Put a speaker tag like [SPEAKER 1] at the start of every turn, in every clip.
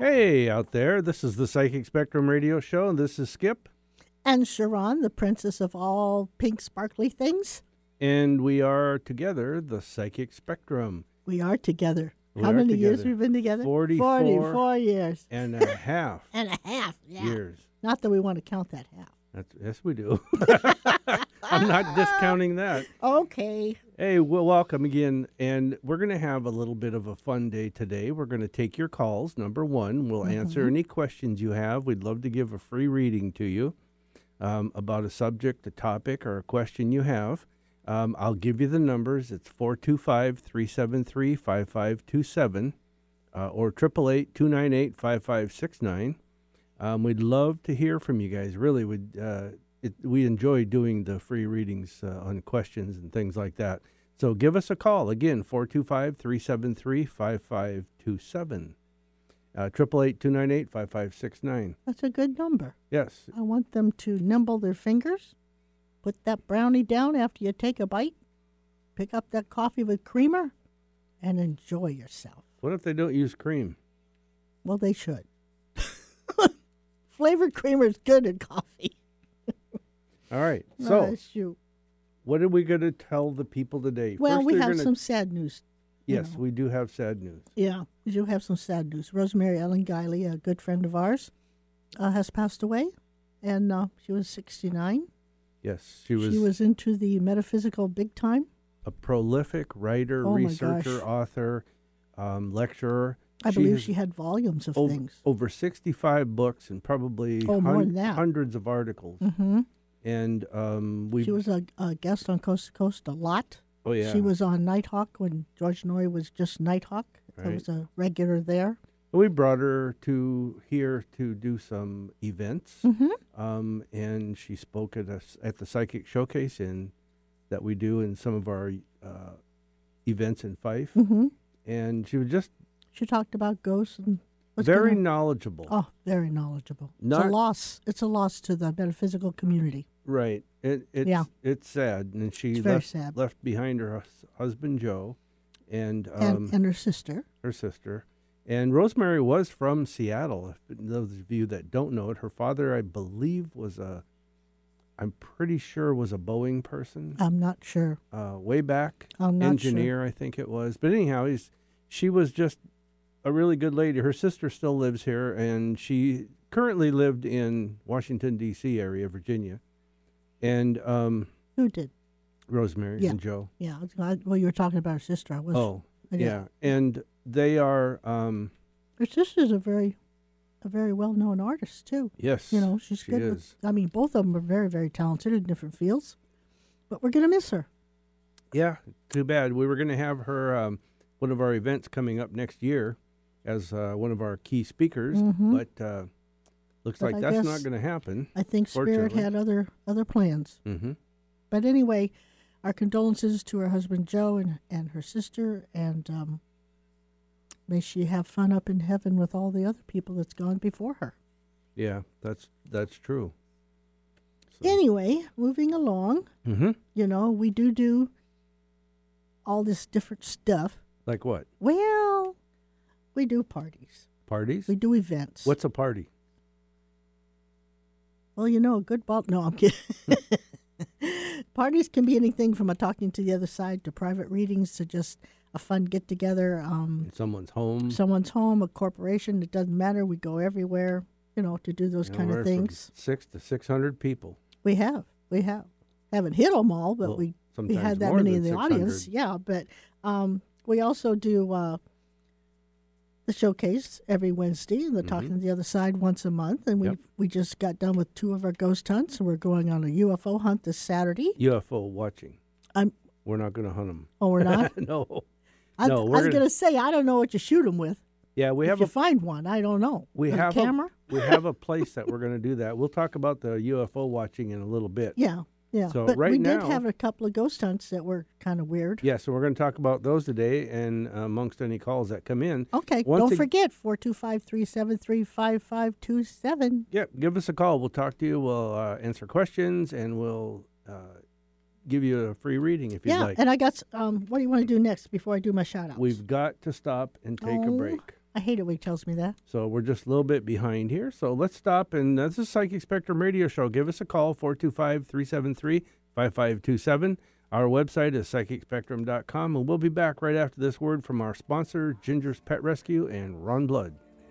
[SPEAKER 1] Hey, out there. This is the Psychic Spectrum Radio Show, and this is Skip.
[SPEAKER 2] and Sharon, the princess of all pink sparkly things.
[SPEAKER 1] And we are together, the Psychic Spectrum.
[SPEAKER 2] We are together.
[SPEAKER 1] We
[SPEAKER 2] How
[SPEAKER 1] are
[SPEAKER 2] many years
[SPEAKER 1] together.
[SPEAKER 2] we've been together?
[SPEAKER 1] 44
[SPEAKER 2] 44 years
[SPEAKER 1] And a half
[SPEAKER 2] and a half. Yeah.
[SPEAKER 1] years.
[SPEAKER 2] Not that we want to count that half.
[SPEAKER 1] That's, yes, we do. I'm not discounting that.
[SPEAKER 2] Okay.
[SPEAKER 1] Hey, well, welcome again. And we're going to have a little bit of a fun day today. We're going to take your calls. Number one, we'll answer any questions you have. We'd love to give a free reading to you um, about a subject, a topic, or a question you have. Um, I'll give you the numbers. It's 425 373 5527 uh, or 888 298 5569. Um, we'd love to hear from you guys. Really, would uh, it, we enjoy doing the free readings uh, on questions and things like that. So give us a call again 425-373-5527. Uh, Triple eight two nine eight five five six nine.
[SPEAKER 2] That's a good number.
[SPEAKER 1] Yes,
[SPEAKER 2] I want them to nimble their fingers, put that brownie down after you take a bite, pick up that coffee with creamer, and enjoy yourself.
[SPEAKER 1] what if they don't use cream?
[SPEAKER 2] Well, they should. Flavored creamer is good in coffee.
[SPEAKER 1] All right.
[SPEAKER 2] Not
[SPEAKER 1] So
[SPEAKER 2] a shoe.
[SPEAKER 1] what are we going to tell the people today?
[SPEAKER 2] Well,
[SPEAKER 1] First,
[SPEAKER 2] we
[SPEAKER 1] they're
[SPEAKER 2] have
[SPEAKER 1] gonna-
[SPEAKER 2] some sad news you
[SPEAKER 1] Yes,
[SPEAKER 2] know.
[SPEAKER 1] we do have sad news.
[SPEAKER 2] Yeah, we do have some sad news. Rosemary Ellen Guiley, a good friend of ours, uh, has passed away, and uh, she was 69.
[SPEAKER 1] Yes, she was,
[SPEAKER 2] she was into the metaphysical big time.
[SPEAKER 1] a prolific writer,
[SPEAKER 2] Oh my
[SPEAKER 1] researcher,
[SPEAKER 2] gosh.
[SPEAKER 1] author, um, lecturer.
[SPEAKER 2] I believe
[SPEAKER 1] has-
[SPEAKER 2] she had volumes of
[SPEAKER 1] over,
[SPEAKER 2] things.
[SPEAKER 1] over 65 books and probably
[SPEAKER 2] Oh, more than that.
[SPEAKER 1] hundreds of articles.
[SPEAKER 2] hmm
[SPEAKER 1] And um, we,
[SPEAKER 2] She was a, a guest on Coast to Coast a lot.
[SPEAKER 1] oh yeah,
[SPEAKER 2] She was on Nighthawk when George Norrie was just Nighthawk. I
[SPEAKER 1] Right.
[SPEAKER 2] was a regular there.
[SPEAKER 1] we brought her to here to do some events,
[SPEAKER 2] Mm-hmm.
[SPEAKER 1] um, and she spoke at us at the psychic showcase in that we do in some of our uh, events in Fife,
[SPEAKER 2] Mm-hmm.
[SPEAKER 1] and she was just
[SPEAKER 2] She talked about ghosts and what's
[SPEAKER 1] very
[SPEAKER 2] going on.
[SPEAKER 1] knowledgeable.
[SPEAKER 2] Oh, very knowledgeable.
[SPEAKER 1] Not-
[SPEAKER 2] it's a loss. It's a loss to the metaphysical community.
[SPEAKER 1] Right. It it's
[SPEAKER 2] Yeah.
[SPEAKER 1] it's sad, and she
[SPEAKER 2] It's very
[SPEAKER 1] left
[SPEAKER 2] sad.
[SPEAKER 1] left behind her hus- husband Joe, and um,
[SPEAKER 2] and, and her sister.
[SPEAKER 1] her sister. And Rosemary was from Seattle. If those of you that don't know it, her father, I believe, was a, I'm pretty sure, was a Boeing person
[SPEAKER 2] I'm not sure.
[SPEAKER 1] uh, way back.
[SPEAKER 2] I'm Oh. not
[SPEAKER 1] engineer, I think it was. But anyhow, he's, she was just a really good lady. Her sister still lives here, and she currently lived in Washington D.C. area, Virginia. And um,
[SPEAKER 2] sure who did.
[SPEAKER 1] Rosemary
[SPEAKER 2] Yeah.
[SPEAKER 1] and Joe.
[SPEAKER 2] Yeah, I was glad- well, you were talking about her sister. I was.
[SPEAKER 1] oh,
[SPEAKER 2] I did.
[SPEAKER 1] yeah. And they are, um,
[SPEAKER 2] her sister's a very, a very well-known artist too.
[SPEAKER 1] yes,
[SPEAKER 2] You know, she's
[SPEAKER 1] she
[SPEAKER 2] good.
[SPEAKER 1] is.
[SPEAKER 2] With, I mean, both of them are very, very talented in different fields. But we're gonna miss her.
[SPEAKER 1] Yeah, too bad. We were going to have her um, one of our events coming up next year as uh, one of our key speakers,
[SPEAKER 2] Mhm.
[SPEAKER 1] but uh, looks
[SPEAKER 2] But
[SPEAKER 1] like
[SPEAKER 2] I
[SPEAKER 1] that's not
[SPEAKER 2] guess-
[SPEAKER 1] going to happen.
[SPEAKER 2] I think Spirit
[SPEAKER 1] Fortunately.
[SPEAKER 2] had other other plans.
[SPEAKER 1] Mm-hmm.
[SPEAKER 2] But anyway, our condolences to her husband Joe and and her sister, and um, may she have fun up in heaven with all the other people that's gone before her.
[SPEAKER 1] Yeah, that's that's true.
[SPEAKER 2] Anyway, moving along.
[SPEAKER 1] hmm
[SPEAKER 2] you know we do do all this different stuff
[SPEAKER 1] Like what?
[SPEAKER 2] well we do parties
[SPEAKER 1] Parties?
[SPEAKER 2] we do events
[SPEAKER 1] What's a party?
[SPEAKER 2] well you know a good ball no i'm kidding parties can be anything from a talking to the other side to private readings to just a fun get together um,
[SPEAKER 1] In someone's home.
[SPEAKER 2] someone's home a corporation it doesn't matter we go everywhere you know to do those
[SPEAKER 1] you know,
[SPEAKER 2] kind
[SPEAKER 1] we're
[SPEAKER 2] of
[SPEAKER 1] from
[SPEAKER 2] things
[SPEAKER 1] Six to six hundred people.
[SPEAKER 2] we have we have haven't hit them all but
[SPEAKER 1] Well,
[SPEAKER 2] we we
[SPEAKER 1] sometimes
[SPEAKER 2] had that
[SPEAKER 1] more
[SPEAKER 2] many
[SPEAKER 1] than
[SPEAKER 2] in the
[SPEAKER 1] 600.
[SPEAKER 2] audience. Yeah, but um, we also do uh, the showcase every Wednesday and the Talking to the Other Side once a month. And we
[SPEAKER 1] Mm-hmm. Yep.
[SPEAKER 2] we just got done with two of our ghost hunts, and we're going on a UFO hunt this Saturday.
[SPEAKER 1] UFO watching.
[SPEAKER 2] I'm
[SPEAKER 1] We're not going to hunt them.
[SPEAKER 2] oh, we're not.
[SPEAKER 1] no.
[SPEAKER 2] I,
[SPEAKER 1] No,
[SPEAKER 2] I
[SPEAKER 1] we're
[SPEAKER 2] was
[SPEAKER 1] gonna-
[SPEAKER 2] going to say I don't know what you shoot them with.
[SPEAKER 1] Yeah, we
[SPEAKER 2] if
[SPEAKER 1] have
[SPEAKER 2] you
[SPEAKER 1] a
[SPEAKER 2] find one, I don't know.
[SPEAKER 1] we
[SPEAKER 2] With
[SPEAKER 1] have
[SPEAKER 2] a camera.
[SPEAKER 1] A, we have a place that we're going to do that. We'll talk about the UFO watching in a little bit.
[SPEAKER 2] Yeah, yeah.
[SPEAKER 1] So
[SPEAKER 2] but
[SPEAKER 1] right
[SPEAKER 2] we
[SPEAKER 1] now-
[SPEAKER 2] did have a couple of ghost hunts that were kind of weird.
[SPEAKER 1] Yeah, so we're going to talk about those today, and uh, amongst any calls that come in.
[SPEAKER 2] Okay,
[SPEAKER 1] Once
[SPEAKER 2] don't
[SPEAKER 1] ag-
[SPEAKER 2] forget four two five three seven three five five two seven.
[SPEAKER 1] Yeah, give us a call. We'll talk to you. We'll uh, answer questions, and we'll uh, give you a free reading if you'd
[SPEAKER 2] Yeah,
[SPEAKER 1] like.
[SPEAKER 2] and I got. s- Um, what do you want to do next before I do my shout outs?
[SPEAKER 1] We've got to stop and take a
[SPEAKER 2] Oh.
[SPEAKER 1] break.
[SPEAKER 2] I hate it when he tells me that.
[SPEAKER 1] So we're just a little bit behind here. So let's stop. And that's a Psychic Spectrum radio show. Give us a call, 425 373 5527. Our website is psychicspectrum.com. And we'll be back right after this word from our sponsor, Ginger's Pet Rescue and Ron Blood.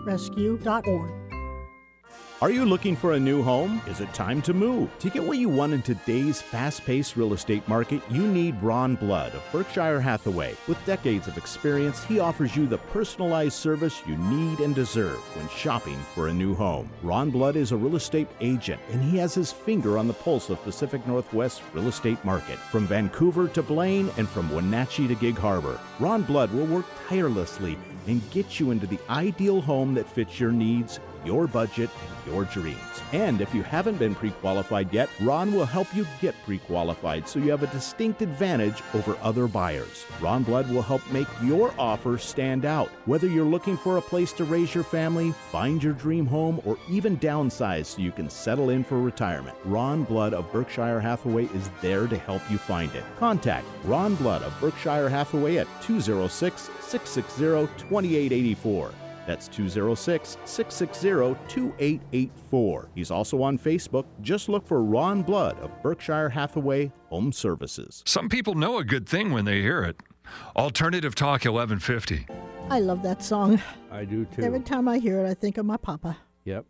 [SPEAKER 2] gingerspetrescue.org.
[SPEAKER 3] Are you looking for a new home? Is it time to move? To get what you want in today's fast paced real estate market, you need Ron Blood of Berkshire Hathaway. With decades of experience, he offers you the personalized service you need and deserve when shopping for a new home. Ron Blood is a real estate agent, and he has his finger on the pulse of Pacific Northwest real estate market. From Vancouver to Blaine and from Wenatchee to Gig Harbor, Ron Blood will work tirelessly and get you into the ideal home that fits your needs your budget, and your dreams. And if you haven't been pre qualified yet, Ron will help you get pre qualified so you have a distinct advantage over other buyers. Ron Blood will help make your offer stand out. Whether you're looking for a place to raise your family, find your dream home, or even downsize so you can settle in for retirement, Ron Blood of Berkshire Hathaway is there to help you find it. Contact Ron Blood of Berkshire Hathaway at 206 660 2884. That's 206 660 2884. He's also on Facebook. Just look for Ron Blood of Berkshire Hathaway Home Services.
[SPEAKER 4] Some people know a good thing when they hear it. Alternative Talk 1150.
[SPEAKER 2] I love that song.
[SPEAKER 1] I do too.
[SPEAKER 2] Every time I hear it, I think of my papa.
[SPEAKER 1] Yep.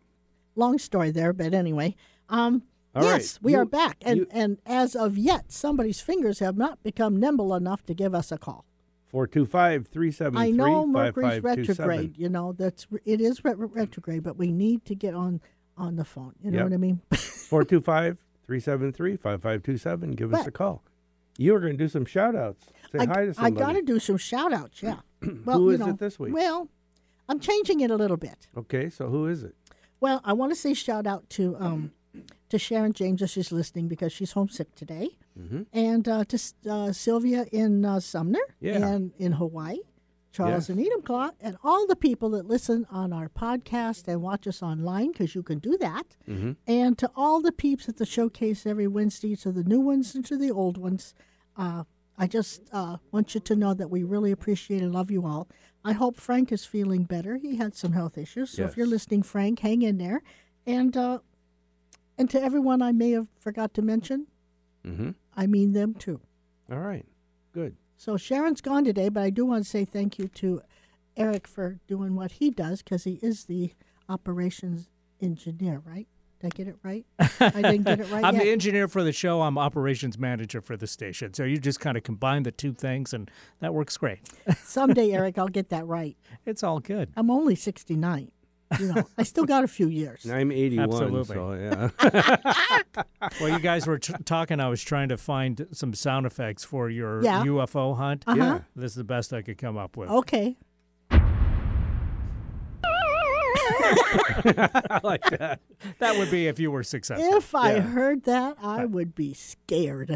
[SPEAKER 2] Long story there, but anyway. Um,
[SPEAKER 1] All right,
[SPEAKER 2] yes, we
[SPEAKER 1] you-
[SPEAKER 2] are back. And,
[SPEAKER 1] you-
[SPEAKER 2] and as of yet, somebody's fingers have not become nimble enough to give us a call.
[SPEAKER 1] 425 373
[SPEAKER 2] I know Mercury's retrograde. You know that's it is re- re- retrograde, but we need to get on on the phone. You know
[SPEAKER 1] Yep.
[SPEAKER 2] what I mean?
[SPEAKER 1] 425 373 5527. Give us
[SPEAKER 2] But-
[SPEAKER 1] a call. You were going to do some shout outs. Say
[SPEAKER 2] I,
[SPEAKER 1] hi to somebody.
[SPEAKER 2] got to do some shout outs. Yeah. Well,
[SPEAKER 1] Who
[SPEAKER 2] you
[SPEAKER 1] is it
[SPEAKER 2] know,
[SPEAKER 1] this week?
[SPEAKER 2] Well, I'm changing it a little bit.
[SPEAKER 1] Okay, so who is it?
[SPEAKER 2] Well, I want to say shout out to um, to Sharon James if she's listening because she's homesick today, and uh, to S- uh, Sylvia in uh, Sumner
[SPEAKER 1] Yeah.
[SPEAKER 2] and in Hawaii,
[SPEAKER 1] Yes.
[SPEAKER 2] Charles and Edom Clark, and all the people that listen on our podcast and watch us online because you can do that, and to all the peeps at the showcase every Wednesday, to the new ones and to the old ones. Uh, I just uh, want you to know that we really appreciate and love you all. I hope Frank is feeling better. He had some health issues, so if you're
[SPEAKER 1] Yes.
[SPEAKER 2] listening, Frank, hang in there. And uh, and to everyone I may have forgot to mention,
[SPEAKER 1] Mm-hmm.
[SPEAKER 2] I mean them too.
[SPEAKER 1] All right, good.
[SPEAKER 2] So Sharon's gone today, but I do want to say thank you to Eric for doing what he does because he is the operations engineer, right? Did I get it right? I didn't get it right
[SPEAKER 5] I'm
[SPEAKER 2] yet.
[SPEAKER 5] the engineer for the show. I'm operations manager for the station. So you just kind of combine the two things, and that works great.
[SPEAKER 2] Someday, Eric, I'll get that right.
[SPEAKER 5] It's all good.
[SPEAKER 2] I'm only 69. You know, I still got a few years.
[SPEAKER 1] And I'm 81,
[SPEAKER 5] Absolutely.
[SPEAKER 1] so yeah.
[SPEAKER 5] Well, you guys were t- talking. I was trying to find some sound effects for your
[SPEAKER 2] Yeah.
[SPEAKER 5] UFO hunt.
[SPEAKER 2] Uh-huh. Oh.
[SPEAKER 1] Yeah.
[SPEAKER 5] This is the best I could come up with.
[SPEAKER 2] Okay.
[SPEAKER 1] I like that.
[SPEAKER 5] That would be if you were successful.
[SPEAKER 2] If I
[SPEAKER 1] Yeah.
[SPEAKER 2] heard that, I would be scared.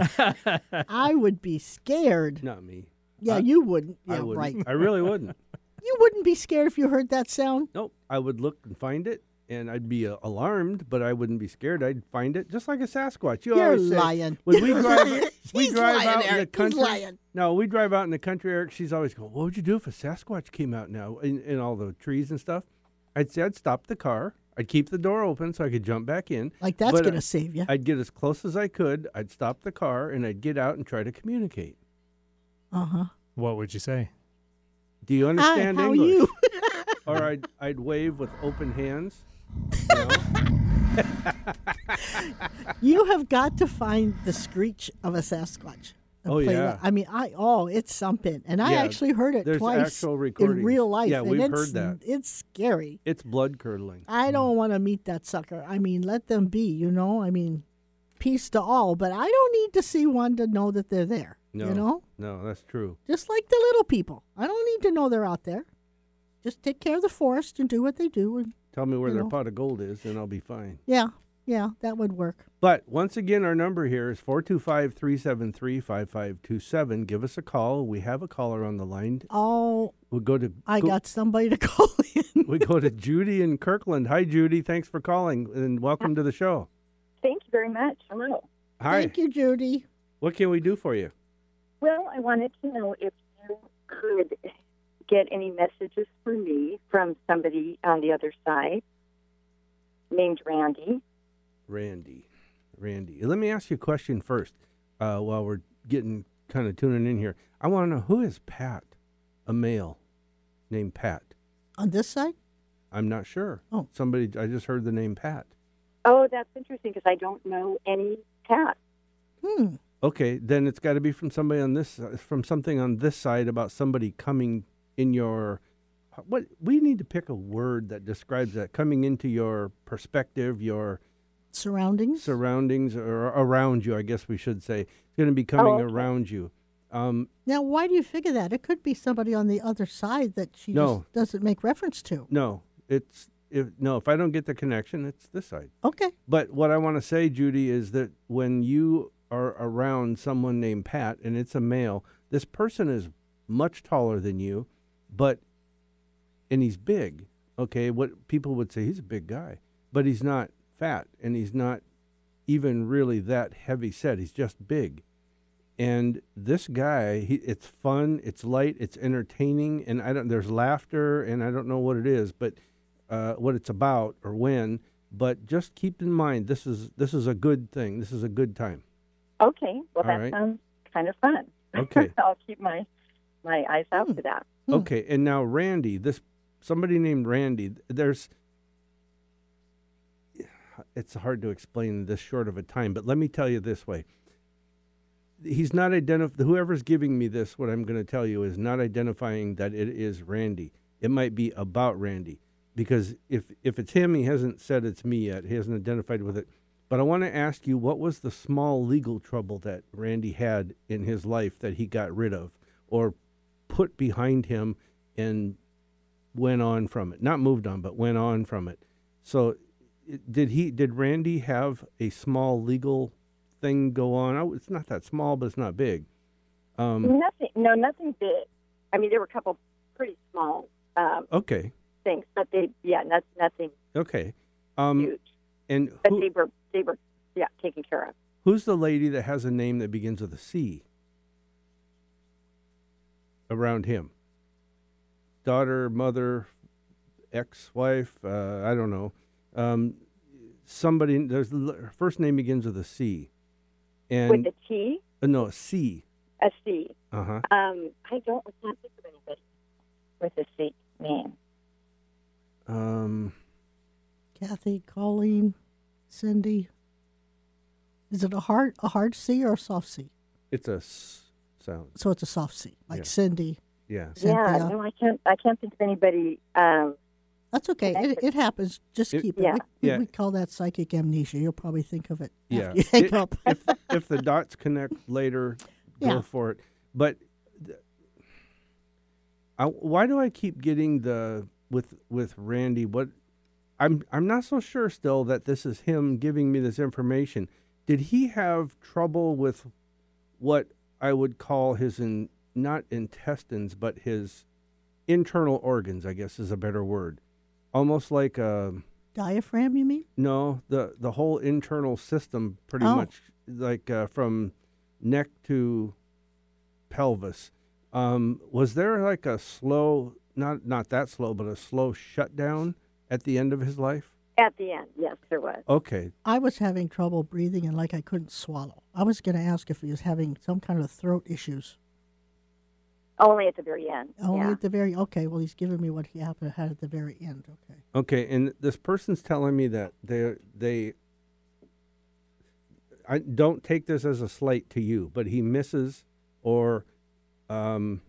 [SPEAKER 2] I would be scared.
[SPEAKER 1] Not me.
[SPEAKER 2] Yeah,
[SPEAKER 1] I-
[SPEAKER 2] you wouldn't.
[SPEAKER 1] I
[SPEAKER 2] Yeah,
[SPEAKER 1] wouldn't.
[SPEAKER 2] right.
[SPEAKER 1] I really wouldn't.
[SPEAKER 2] You wouldn't be scared if you heard that sound.
[SPEAKER 1] Nope. I would look and find it, and I'd be uh, alarmed, but I wouldn't be scared. I'd find it just like a Sasquatch. You
[SPEAKER 2] You're
[SPEAKER 1] always say,
[SPEAKER 2] lying.
[SPEAKER 1] When we drive, we
[SPEAKER 2] He's
[SPEAKER 1] drive
[SPEAKER 2] lying,
[SPEAKER 1] out in the
[SPEAKER 2] Eric. He's
[SPEAKER 1] country.
[SPEAKER 2] lying.
[SPEAKER 1] No, we drive out in the country, Eric. She's always going, "What would you do if a Sasquatch came out now in, in all the trees and stuff?" I'd say I'd stop the car. I'd keep the door open so I could jump back in.
[SPEAKER 2] Like that's
[SPEAKER 1] But, uh,
[SPEAKER 2] gonna save you.
[SPEAKER 1] I'd get as close as I could. I'd stop the car and I'd get out and try to communicate.
[SPEAKER 2] Uh huh.
[SPEAKER 5] What would you say?
[SPEAKER 1] Do you
[SPEAKER 2] Hi,
[SPEAKER 1] understand
[SPEAKER 2] how are
[SPEAKER 1] English?
[SPEAKER 2] you?
[SPEAKER 1] or I'd, I'd wave with open hands. you know?
[SPEAKER 2] You have got to find the screech of a Sasquatch. and
[SPEAKER 1] Oh,
[SPEAKER 2] play
[SPEAKER 1] yeah.
[SPEAKER 2] that. I mean, I oh, it's something, and I
[SPEAKER 1] Yeah,
[SPEAKER 2] actually heard it
[SPEAKER 1] there's
[SPEAKER 2] twice
[SPEAKER 1] actual
[SPEAKER 2] in
[SPEAKER 1] recordings.
[SPEAKER 2] real life.
[SPEAKER 1] Yeah,
[SPEAKER 2] and
[SPEAKER 1] we've
[SPEAKER 2] it's,
[SPEAKER 1] heard that.
[SPEAKER 2] It's scary.
[SPEAKER 1] It's blood curdling.
[SPEAKER 2] I don't want to meet that sucker. I mean, let them be. You know, I mean, peace to all, but I don't need to see one to know that they're there.
[SPEAKER 1] No,
[SPEAKER 2] You know,
[SPEAKER 1] no, that's true.
[SPEAKER 2] just like the little people. I don't need to know they're out there. Just take care of the forest and do what they do. And
[SPEAKER 1] Tell me where
[SPEAKER 2] You
[SPEAKER 1] their
[SPEAKER 2] know.
[SPEAKER 1] pot of gold is, and I'll be fine.
[SPEAKER 2] yeah, yeah, that would work.
[SPEAKER 1] But once again, our number here is 425 373 5527. Give us a call. We have a caller on the line.
[SPEAKER 2] Oh,
[SPEAKER 1] We go to
[SPEAKER 2] I
[SPEAKER 1] go-
[SPEAKER 2] got somebody to call in.
[SPEAKER 1] we go to Judy in Kirkland. Hi, Judy. Thanks for calling and welcome to the show.
[SPEAKER 6] Thank you very much. Hello.
[SPEAKER 1] Hi.
[SPEAKER 2] Thank you, Judy.
[SPEAKER 1] What can we do for you?
[SPEAKER 6] Well, I wanted to know if you could get any messages for me from somebody on the other side named Randy.
[SPEAKER 1] Randy. Randy. Let me ask you a question first uh, while we're getting kind of tuning in here. I want to know who is Pat? A male named Pat.
[SPEAKER 2] On this side.
[SPEAKER 1] I'm not sure.
[SPEAKER 2] Oh.
[SPEAKER 1] Somebody, I just heard the name Pat.
[SPEAKER 6] Oh, that's interesting because I don't know any cats.
[SPEAKER 2] Hmm.
[SPEAKER 1] Okay, then it's got to be from somebody on this, uh, from something on this side about somebody coming in your. What we need to pick a word that describes that coming into your perspective, your
[SPEAKER 2] Surroundings.
[SPEAKER 1] surroundings, or around you. I guess we should say it's going to be coming
[SPEAKER 6] okay.
[SPEAKER 1] around you. Um,
[SPEAKER 2] now, why do you figure that? It could be somebody on the other side that she
[SPEAKER 1] No.
[SPEAKER 2] just doesn't make reference to.
[SPEAKER 1] no, it's if no. If I don't get the connection, it's this side.
[SPEAKER 2] Okay.
[SPEAKER 1] But what I want to say, Judy, is that when you are around someone named Pat and it's a male, this person is much taller than you, but and he's big. Okay, what people would say he's a big guy, but he's not fat and he's not even really that heavy set. He's just big. And this guy, he, it's fun, it's light, it's entertaining, and I don't. There's laughter, and I don't know what it is, but uh, what it's about or when. But just keep in mind, this is this is a good thing. This is a good time.
[SPEAKER 6] Okay.
[SPEAKER 1] All
[SPEAKER 6] Well, that
[SPEAKER 1] right.
[SPEAKER 6] sounds kind of fun.
[SPEAKER 1] Okay.
[SPEAKER 6] I'll keep my my eyes out for that.
[SPEAKER 2] Hmm.
[SPEAKER 1] Okay, and now Randy, this somebody named Randy. th- There's it's hard to explain this short of a time, but let me tell you this way. He's not identifying. Whoever's giving me this, what I'm going to tell you is not identifying that it is Randy. It might be about Randy because if if it's him, he hasn't said it's me yet. He hasn't identified with it. But I want to ask you, what was the small legal trouble that Randy had in his life that he got rid of or put behind him and went on from it? Not moved on, but went on from it. So it- did he did Randy have a small legal thing go on? Oh, it's not that small, but it's not big. Um,
[SPEAKER 6] Nothing. No, nothing big. I mean, there were a couple pretty small um,
[SPEAKER 1] okay,
[SPEAKER 6] things, but they yeah, not, nothing
[SPEAKER 1] okay. Um,
[SPEAKER 6] huge.
[SPEAKER 1] and
[SPEAKER 6] But
[SPEAKER 1] who,
[SPEAKER 6] they were they were yeah taken care of.
[SPEAKER 1] who's the lady that has a name that begins with a C? Around him, daughter, mother, ex-wife. Uh, I don't know. Um, somebody. There's l- her first name begins with a C,
[SPEAKER 6] With
[SPEAKER 1] and
[SPEAKER 6] a T,
[SPEAKER 1] uh, no C.
[SPEAKER 6] a C.
[SPEAKER 1] Uh huh.
[SPEAKER 6] Um, I don't I can't think of anybody with a C name.
[SPEAKER 1] Um,
[SPEAKER 2] Kathy, Colleen, Cindy. Is it a hard a hard C or a soft C?
[SPEAKER 1] it's a s- sound.
[SPEAKER 2] So it's a soft C, like
[SPEAKER 1] Yeah.
[SPEAKER 2] Cindy.
[SPEAKER 1] Yeah.
[SPEAKER 6] Yeah,
[SPEAKER 2] Cynthia.
[SPEAKER 6] no, I can't. I can't think of anybody. Um,
[SPEAKER 2] That's okay. It,
[SPEAKER 6] Connected.
[SPEAKER 2] it happens. Just
[SPEAKER 1] It-
[SPEAKER 2] keep it.
[SPEAKER 6] Yeah.
[SPEAKER 2] We, we-
[SPEAKER 1] Yeah.
[SPEAKER 2] we call that psychic amnesia. You'll probably think of it
[SPEAKER 1] Yeah.
[SPEAKER 2] after you hang
[SPEAKER 1] It-
[SPEAKER 2] up.
[SPEAKER 1] if if the dots connect later, go
[SPEAKER 2] Yeah.
[SPEAKER 1] for it. But th- I, why do I keep getting the with with Randy? What I'm I'm not so sure still that this is him giving me this information. Did he have trouble with what I would call his in, not intestines, but his internal organs? I guess is a better word. Almost like um,
[SPEAKER 2] Diaphragm, you mean?
[SPEAKER 1] no, the the whole internal system, pretty
[SPEAKER 2] Oh.
[SPEAKER 1] much, like uh, from neck to pelvis. Um, was there like a slow, not not that slow, but a slow shutdown at the end of his life?
[SPEAKER 6] at the end, yes, there was.
[SPEAKER 1] Okay,
[SPEAKER 2] I was having trouble breathing and like I couldn't swallow. I was going to ask if he was having some kind of throat issues.
[SPEAKER 6] Only at the very end.
[SPEAKER 2] Only
[SPEAKER 6] yeah.
[SPEAKER 2] Oh, at the very okay. Well, he's giving me what he hap- had at the very end. Okay.
[SPEAKER 1] Okay, and this person's telling me that they they I don't take this as a slight to you, but he misses or um,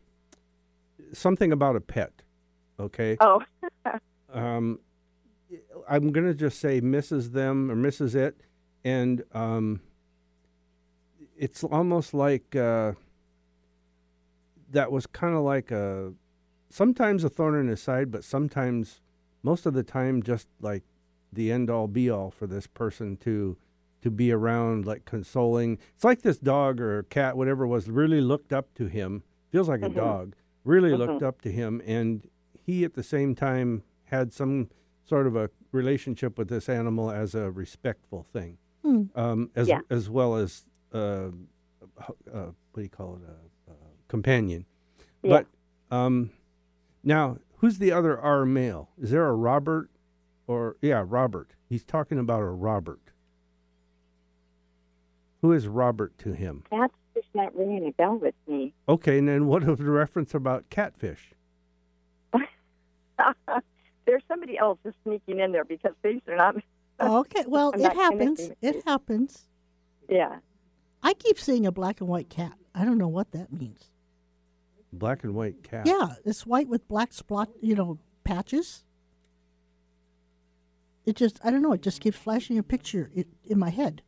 [SPEAKER 1] something about a pet. Okay,
[SPEAKER 6] oh,
[SPEAKER 1] um, I'm gonna just say misses them or misses it, and um, it's almost like uh, that was kind of like a sometimes a thorn in his side, but sometimes most of the time just like the end all be all for this person to to be around like consoling it's like this dog or cat whatever it was really looked up to him feels like a dog really looked up to him and he at the same time had some sort of a relationship with this animal as a respectful thing
[SPEAKER 2] Hmm.
[SPEAKER 1] um, as
[SPEAKER 6] Yeah.
[SPEAKER 1] as well as uh, uh, what do you call it a uh, companion
[SPEAKER 6] Yeah.
[SPEAKER 1] but um, now, who's the other R male? Is there a Robert or yeah, Robert. He's talking about a Robert. Who is Robert to him?
[SPEAKER 6] that's just not ringing a bell with me.
[SPEAKER 1] Okay, and then what of the reference about catfish?
[SPEAKER 6] There's somebody else just sneaking in there because these are not.
[SPEAKER 2] Oh, Okay. Well,
[SPEAKER 6] I'm
[SPEAKER 2] it
[SPEAKER 6] not
[SPEAKER 2] happens.
[SPEAKER 6] connecting with
[SPEAKER 2] It happens.
[SPEAKER 6] Yeah.
[SPEAKER 2] I keep seeing a black and white cat. I don't know what that means.
[SPEAKER 1] Black and white cat.
[SPEAKER 2] Yeah, it's white with black spot, you know, patches. It just, I don't know, it just keeps flashing a picture in, in my head.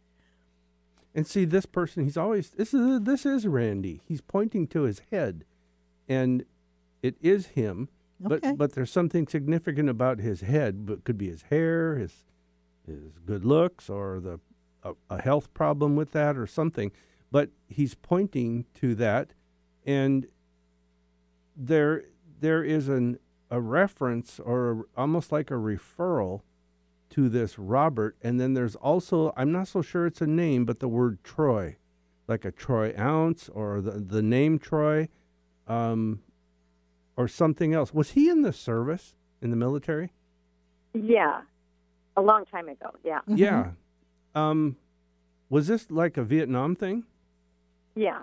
[SPEAKER 1] And see this person, he's always this is this is Randy. He's pointing to his head and it is him.
[SPEAKER 2] Okay.
[SPEAKER 1] But but there's something significant about his head, but could be his hair, his his good looks or the a, a health problem with that or something. But he's pointing to that and there there is an a reference or a, almost like a referral to this Robert, and then there's also I'm not so sure it's a name, but the word Troy, like a Troy ounce or the the name Troy, um, or something else. Was he in the service in the military?
[SPEAKER 6] Yeah. A long time ago. Yeah.
[SPEAKER 2] Mhm.
[SPEAKER 1] Yeah. Um, was this like a Vietnam thing?
[SPEAKER 6] Yeah.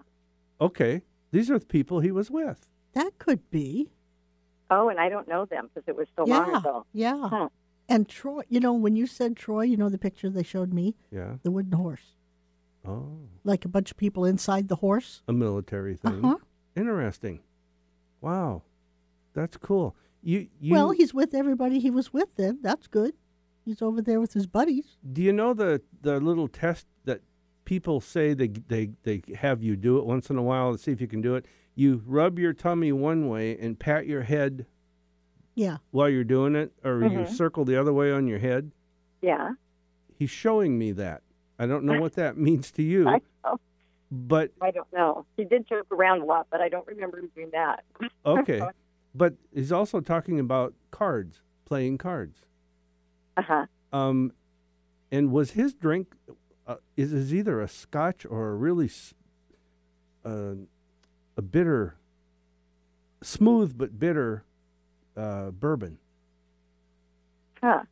[SPEAKER 1] Okay, these are the people he was with.
[SPEAKER 2] That could be.
[SPEAKER 6] Oh, and I don't know them because it was so
[SPEAKER 2] yeah.
[SPEAKER 6] long ago.
[SPEAKER 2] Yeah.
[SPEAKER 6] Huh.
[SPEAKER 2] And Troy, you know, when you said Troy, you know the picture they showed me?
[SPEAKER 1] Yeah.
[SPEAKER 2] The wooden horse.
[SPEAKER 1] Oh,
[SPEAKER 2] Like a bunch of people inside the horse.
[SPEAKER 1] a military
[SPEAKER 2] Uh
[SPEAKER 1] thing.
[SPEAKER 2] huh.
[SPEAKER 1] Interesting. Wow, that's cool. You, you
[SPEAKER 2] Well, he's with everybody he was with then. That's good. He's over there with his buddies.
[SPEAKER 1] Do you know the the little test that people say they they they have you do it once in a while to see if you can do it? You rub your tummy one way and pat your head
[SPEAKER 2] Yeah.
[SPEAKER 1] while you're doing it, or
[SPEAKER 6] Mhm.
[SPEAKER 1] you circle the other way on your head.
[SPEAKER 6] Yeah.
[SPEAKER 1] He's showing me that. I don't know what that means to you,
[SPEAKER 6] I, oh,
[SPEAKER 1] but
[SPEAKER 6] I don't know. He did joke around a lot, but I don't remember him doing that.
[SPEAKER 1] okay. But he's also talking about cards, playing cards.
[SPEAKER 6] Uh huh.
[SPEAKER 1] Um, and was his drink uh, is is either a Scotch or a really s- uh, a bitter, smooth but bitter uh, bourbon?
[SPEAKER 6] Huh.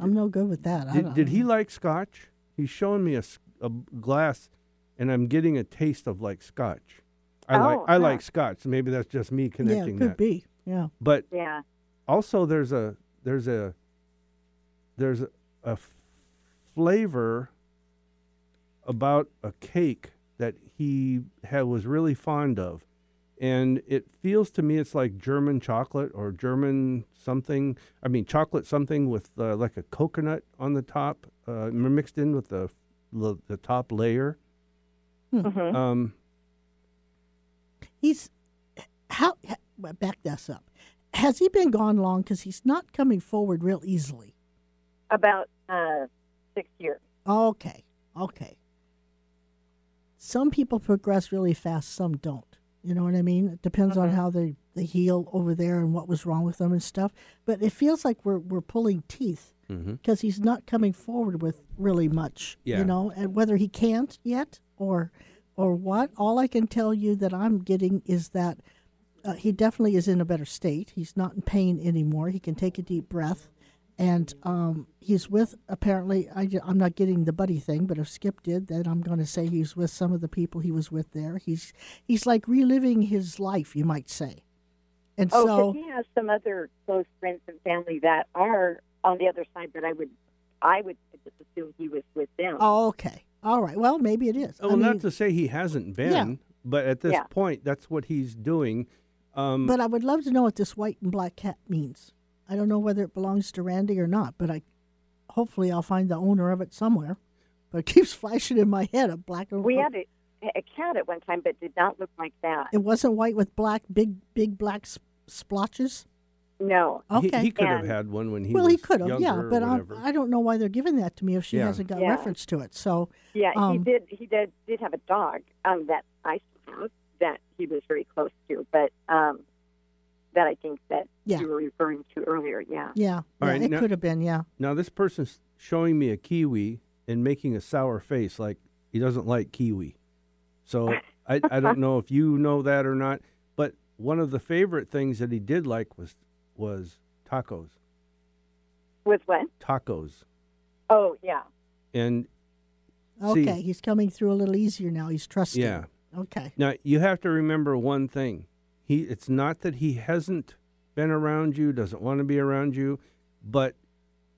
[SPEAKER 2] I'm no good with that. I
[SPEAKER 1] Did,
[SPEAKER 2] don't-
[SPEAKER 1] did he like Scotch? He's showing me a, s- a glass, and I'm getting a taste of like Scotch. I like
[SPEAKER 6] Oh,
[SPEAKER 1] I
[SPEAKER 6] huh.
[SPEAKER 1] like Scotch. Maybe that's just me
[SPEAKER 2] Yeah,
[SPEAKER 1] connecting
[SPEAKER 2] could
[SPEAKER 1] that.
[SPEAKER 2] be. Yeah.
[SPEAKER 1] But
[SPEAKER 6] Yeah.
[SPEAKER 1] also there's a there's a there's a, a f- flavor about a cake that he had was really fond of and it feels to me it's like german chocolate or german something i mean chocolate something with uh, like a coconut on the top uh, mixed in with the the, the top layer
[SPEAKER 6] hmm
[SPEAKER 1] um,
[SPEAKER 2] He's how ha- well, back this up. Has he been gone long? Because he's not coming forward real easily.
[SPEAKER 6] About uh, six years.
[SPEAKER 2] Okay, okay. Some people progress really fast. Some don't. You know what I mean? It depends on
[SPEAKER 6] Mhm.
[SPEAKER 2] how they they heal over there and what was wrong with them and stuff. But it feels like we're we're pulling teeth
[SPEAKER 1] Mhm.
[SPEAKER 2] because he's not coming forward with really much.
[SPEAKER 1] Yeah.
[SPEAKER 2] You know, and whether he can't yet or or what, all I can tell you that I'm getting is that uh, he definitely is in a better state. He's not in pain anymore. He can take a deep breath, and um, he's with apparently I, am not getting the buddy thing but if skip did then i'm going to say he's with some of the people he was with there he's he's like reliving his life you might say and
[SPEAKER 6] Oh,
[SPEAKER 2] so
[SPEAKER 6] 'cause he has some other close friends and family that are on the other side, but I would, I would just assume he was with them.
[SPEAKER 2] oh, okay all right well maybe it is
[SPEAKER 1] Oh,
[SPEAKER 2] I
[SPEAKER 1] not
[SPEAKER 2] mean,
[SPEAKER 1] to say he hasn't been,
[SPEAKER 2] Yeah.
[SPEAKER 1] but at this
[SPEAKER 6] Yeah.
[SPEAKER 1] point, that's what he's doing. Um,
[SPEAKER 2] but i would love to know what this white and black cat means i don't know whether it belongs to randy or not but i hopefully i'll find the owner of it somewhere but it keeps flashing in my head a black and
[SPEAKER 6] We had a, a cat at one time, but did not look like that.
[SPEAKER 2] it wasn't white with black big big black s- splotches
[SPEAKER 6] No,
[SPEAKER 1] he-
[SPEAKER 2] okay
[SPEAKER 1] he, could have
[SPEAKER 6] And-
[SPEAKER 1] had one when he
[SPEAKER 2] well,
[SPEAKER 1] was
[SPEAKER 2] he could have, yeah,
[SPEAKER 1] younger or
[SPEAKER 2] but I,
[SPEAKER 1] whatever.
[SPEAKER 2] I don't know why they're giving that to me if she
[SPEAKER 1] Yeah.
[SPEAKER 2] hasn't got
[SPEAKER 6] Yeah.
[SPEAKER 2] reference to it. So,
[SPEAKER 6] yeah, he
[SPEAKER 2] Um,
[SPEAKER 6] did. He did did have a dog um, that I saw that he was very close to, but um, that I think that
[SPEAKER 2] Yeah.
[SPEAKER 6] you were referring to earlier. Yeah,
[SPEAKER 2] yeah,
[SPEAKER 1] All
[SPEAKER 2] yeah,
[SPEAKER 1] right,
[SPEAKER 2] it
[SPEAKER 1] now-
[SPEAKER 2] could have been, yeah.
[SPEAKER 1] Now this person's showing me a kiwi and making a sour face, like he doesn't like kiwi. So I, I don't know if you know that or not, but one of the favorite things that he did like was was tacos,
[SPEAKER 6] with what?
[SPEAKER 1] tacos,
[SPEAKER 6] Oh, yeah.
[SPEAKER 1] and See-
[SPEAKER 2] Okay, he's coming through a little easier now. He's trusting.
[SPEAKER 1] yeah.
[SPEAKER 2] Okay.
[SPEAKER 1] Now you have to remember one thing: he it's not that he hasn't been around you, doesn't want to be around you, but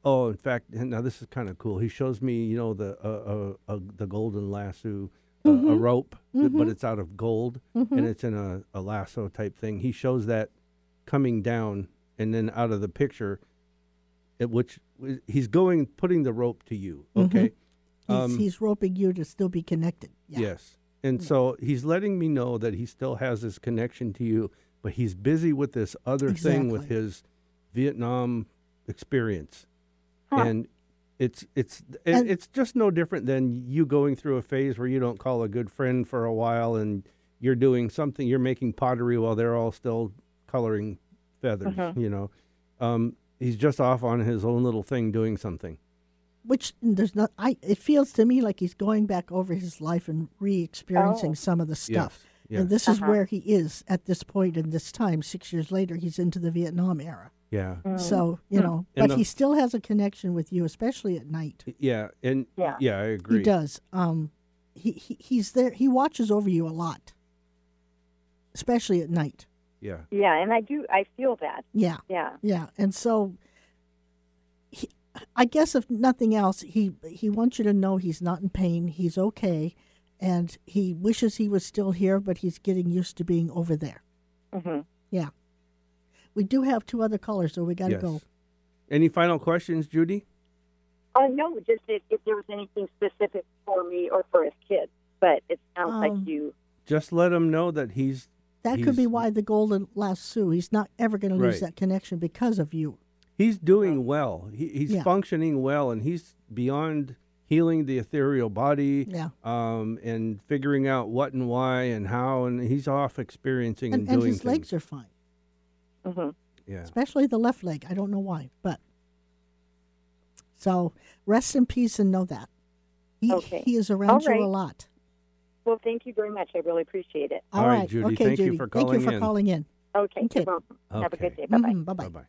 [SPEAKER 1] oh, in fact, and now this is kind of cool. He shows me, you know, the uh, uh, uh, the golden lasso, uh,
[SPEAKER 2] Mm-hmm.
[SPEAKER 1] a rope, th- but it's out of gold and it's in a, a lasso type thing. He shows that coming down and then out of the picture, at which he's going putting the rope to you. Okay.
[SPEAKER 2] Mm-hmm. He's,
[SPEAKER 1] Um,
[SPEAKER 2] he's roping you to still be connected. Yeah. Hmm.
[SPEAKER 1] Yes. And so he's letting me know that he still has his connection to you, but he's busy with this other thing with
[SPEAKER 2] Exactly.
[SPEAKER 1] his Vietnam experience.
[SPEAKER 6] Huh.
[SPEAKER 1] And it's it's it,
[SPEAKER 2] And-
[SPEAKER 1] it's just no different than you going through a phase where you don't call a good friend for a while and you're doing something you're making pottery while they're all still coloring feathers,
[SPEAKER 2] Uh-huh.
[SPEAKER 1] you know. Um, he's just off on his own little thing doing something.
[SPEAKER 2] Which there's not. I. It feels to me like he's going back over his life and re-experiencing
[SPEAKER 6] Oh. Uh-huh.
[SPEAKER 2] some of the stuff.
[SPEAKER 1] Yes, yes.
[SPEAKER 2] And this is where he is at this point in this time. Six years later, he's into the Vietnam era.
[SPEAKER 1] Yeah.
[SPEAKER 2] Mm.
[SPEAKER 6] Oh. Mm.
[SPEAKER 2] So you know,
[SPEAKER 1] Hmm. And
[SPEAKER 2] but
[SPEAKER 1] the-
[SPEAKER 2] he still has a connection with you, especially at night.
[SPEAKER 1] Yeah, and yeah,
[SPEAKER 6] Yeah.
[SPEAKER 1] I agree.
[SPEAKER 2] He does. Um, he, he he's there. He watches over you a lot, especially at night.
[SPEAKER 1] Yeah.
[SPEAKER 6] Yeah, and I do. I feel that.
[SPEAKER 2] Yeah,
[SPEAKER 6] Yeah,
[SPEAKER 2] yeah. And so, he, I guess if nothing else, he he wants you to know he's not in pain. He's okay, and he wishes he was still here, but he's getting used to being over there. Mm-hmm.
[SPEAKER 6] hmm
[SPEAKER 2] Yeah. We do have two other callers, so we got to go.
[SPEAKER 1] Any final questions, Judy?
[SPEAKER 6] Oh no, just if, if there was anything specific for me or for his kids, but it sounds
[SPEAKER 2] Um,
[SPEAKER 6] like you.
[SPEAKER 1] Just let him know that he's
[SPEAKER 2] That could be
[SPEAKER 1] He's-
[SPEAKER 2] why the golden lasso. He's not ever going to lose
[SPEAKER 1] Right.
[SPEAKER 2] that connection because of you.
[SPEAKER 1] he's doing well. He, he's
[SPEAKER 2] Yeah.
[SPEAKER 1] functioning well, and he's beyond healing the ethereal body.
[SPEAKER 2] Yeah.
[SPEAKER 1] Um, and figuring out what and why and how, and he's off experiencing and,
[SPEAKER 2] And, and
[SPEAKER 1] doing
[SPEAKER 2] his legs are fine. mm-hmm.
[SPEAKER 6] hmm
[SPEAKER 1] yeah.
[SPEAKER 2] especially the left leg. I don't know why, but so rest in peace and know that he,
[SPEAKER 6] Okay.
[SPEAKER 2] he is
[SPEAKER 6] All
[SPEAKER 2] around you
[SPEAKER 6] right.
[SPEAKER 2] a lot.
[SPEAKER 6] Well, thank you very much. I really appreciate it.
[SPEAKER 1] All right, Judy,
[SPEAKER 2] Okay,
[SPEAKER 1] thank you
[SPEAKER 2] Judy.
[SPEAKER 1] for
[SPEAKER 2] thank
[SPEAKER 1] calling
[SPEAKER 2] you for
[SPEAKER 1] in.
[SPEAKER 2] calling in. Mm,
[SPEAKER 6] Okay.
[SPEAKER 2] Okay. Mm-hmm.
[SPEAKER 6] Well, Have a good
[SPEAKER 1] Okay.
[SPEAKER 6] day. Bye bye.
[SPEAKER 2] bye bye.
[SPEAKER 1] bye.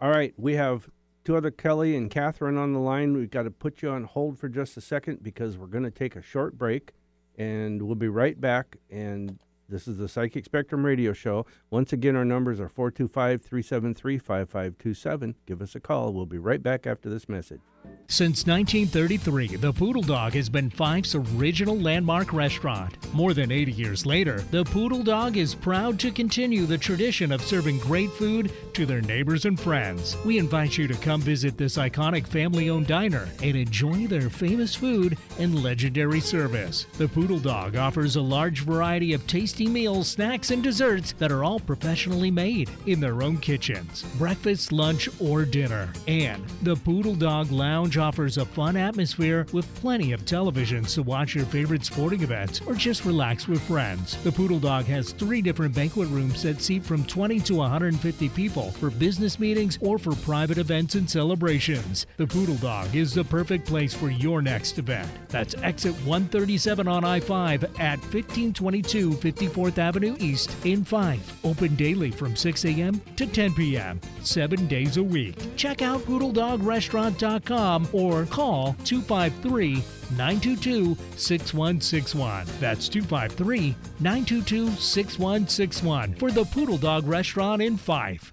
[SPEAKER 1] All right, we have two other Kelly and Catherine on the line. We've got to put you on hold for just a second because we're going to take a short break, and we'll be right back. And this is the Psychic Spectrum Radio Show. Once again, our numbers are 425 373 5527. Give us a call. We'll be right back after this message.
[SPEAKER 5] Since 1933, the Poodle Dog has been Fife's original landmark restaurant. More than 80 years later, the Poodle Dog is proud to continue the tradition of serving great food to their neighbors and friends. We invite you to come visit this iconic family owned diner and enjoy their famous food and legendary service. The Poodle Dog offers a large variety of tasty meals, snacks, and desserts that are all professionally made in their own kitchens breakfast, lunch, or dinner. And the Poodle Dog Lounge Lounge offers a fun atmosphere with plenty of televisions to watch your favorite sporting events or just relax with friends. The Poodle Dog has three different banquet rooms that seat from 20 to 150 people for business meetings or for private events and celebrations. The Poodle Dog is the perfect place for your next event. That's exit 137 on I 5 at 1522 54th Avenue East in 5. Open daily from 6 a.m. to 10 p.m., seven days a week. Check out poodledogrestaurant.com or call 253 922 6161. That's 253 922 6161 for the Poodle Dog Restaurant in 5.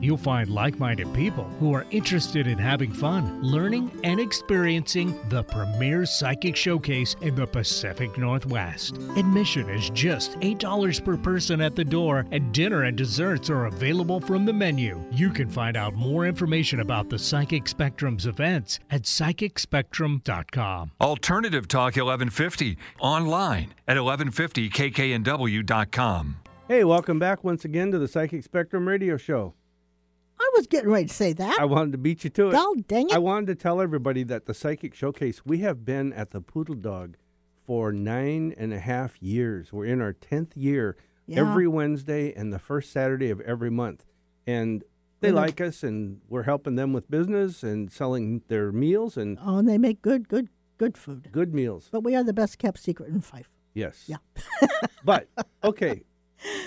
[SPEAKER 5] You'll find like minded people who are interested in having fun, learning, and experiencing the premier psychic showcase in the Pacific Northwest. Admission is just $8 per person at the door, and dinner and desserts are available from the menu. You can find out more information about the Psychic Spectrum's events at psychicspectrum.com.
[SPEAKER 4] Alternative Talk 1150 online at 1150kknw.com.
[SPEAKER 1] Hey, welcome back once again to the Psychic Spectrum Radio Show.
[SPEAKER 2] I was getting ready to say that.
[SPEAKER 1] I wanted to beat you to it.
[SPEAKER 2] Oh, dang it.
[SPEAKER 1] I wanted to tell everybody that the Psychic Showcase, we have been at the Poodle Dog for nine and a half years. We're in our 10th year
[SPEAKER 2] Yeah.
[SPEAKER 1] every Wednesday and the first Saturday of every month. And they
[SPEAKER 2] Mhm.
[SPEAKER 1] like us, and we're helping them with business and selling their meals and
[SPEAKER 2] oh, and they make good, good, good food.
[SPEAKER 1] good meals.
[SPEAKER 2] But we are the best kept secret in Fife.
[SPEAKER 1] Yes.
[SPEAKER 2] Yeah.
[SPEAKER 1] but, okay,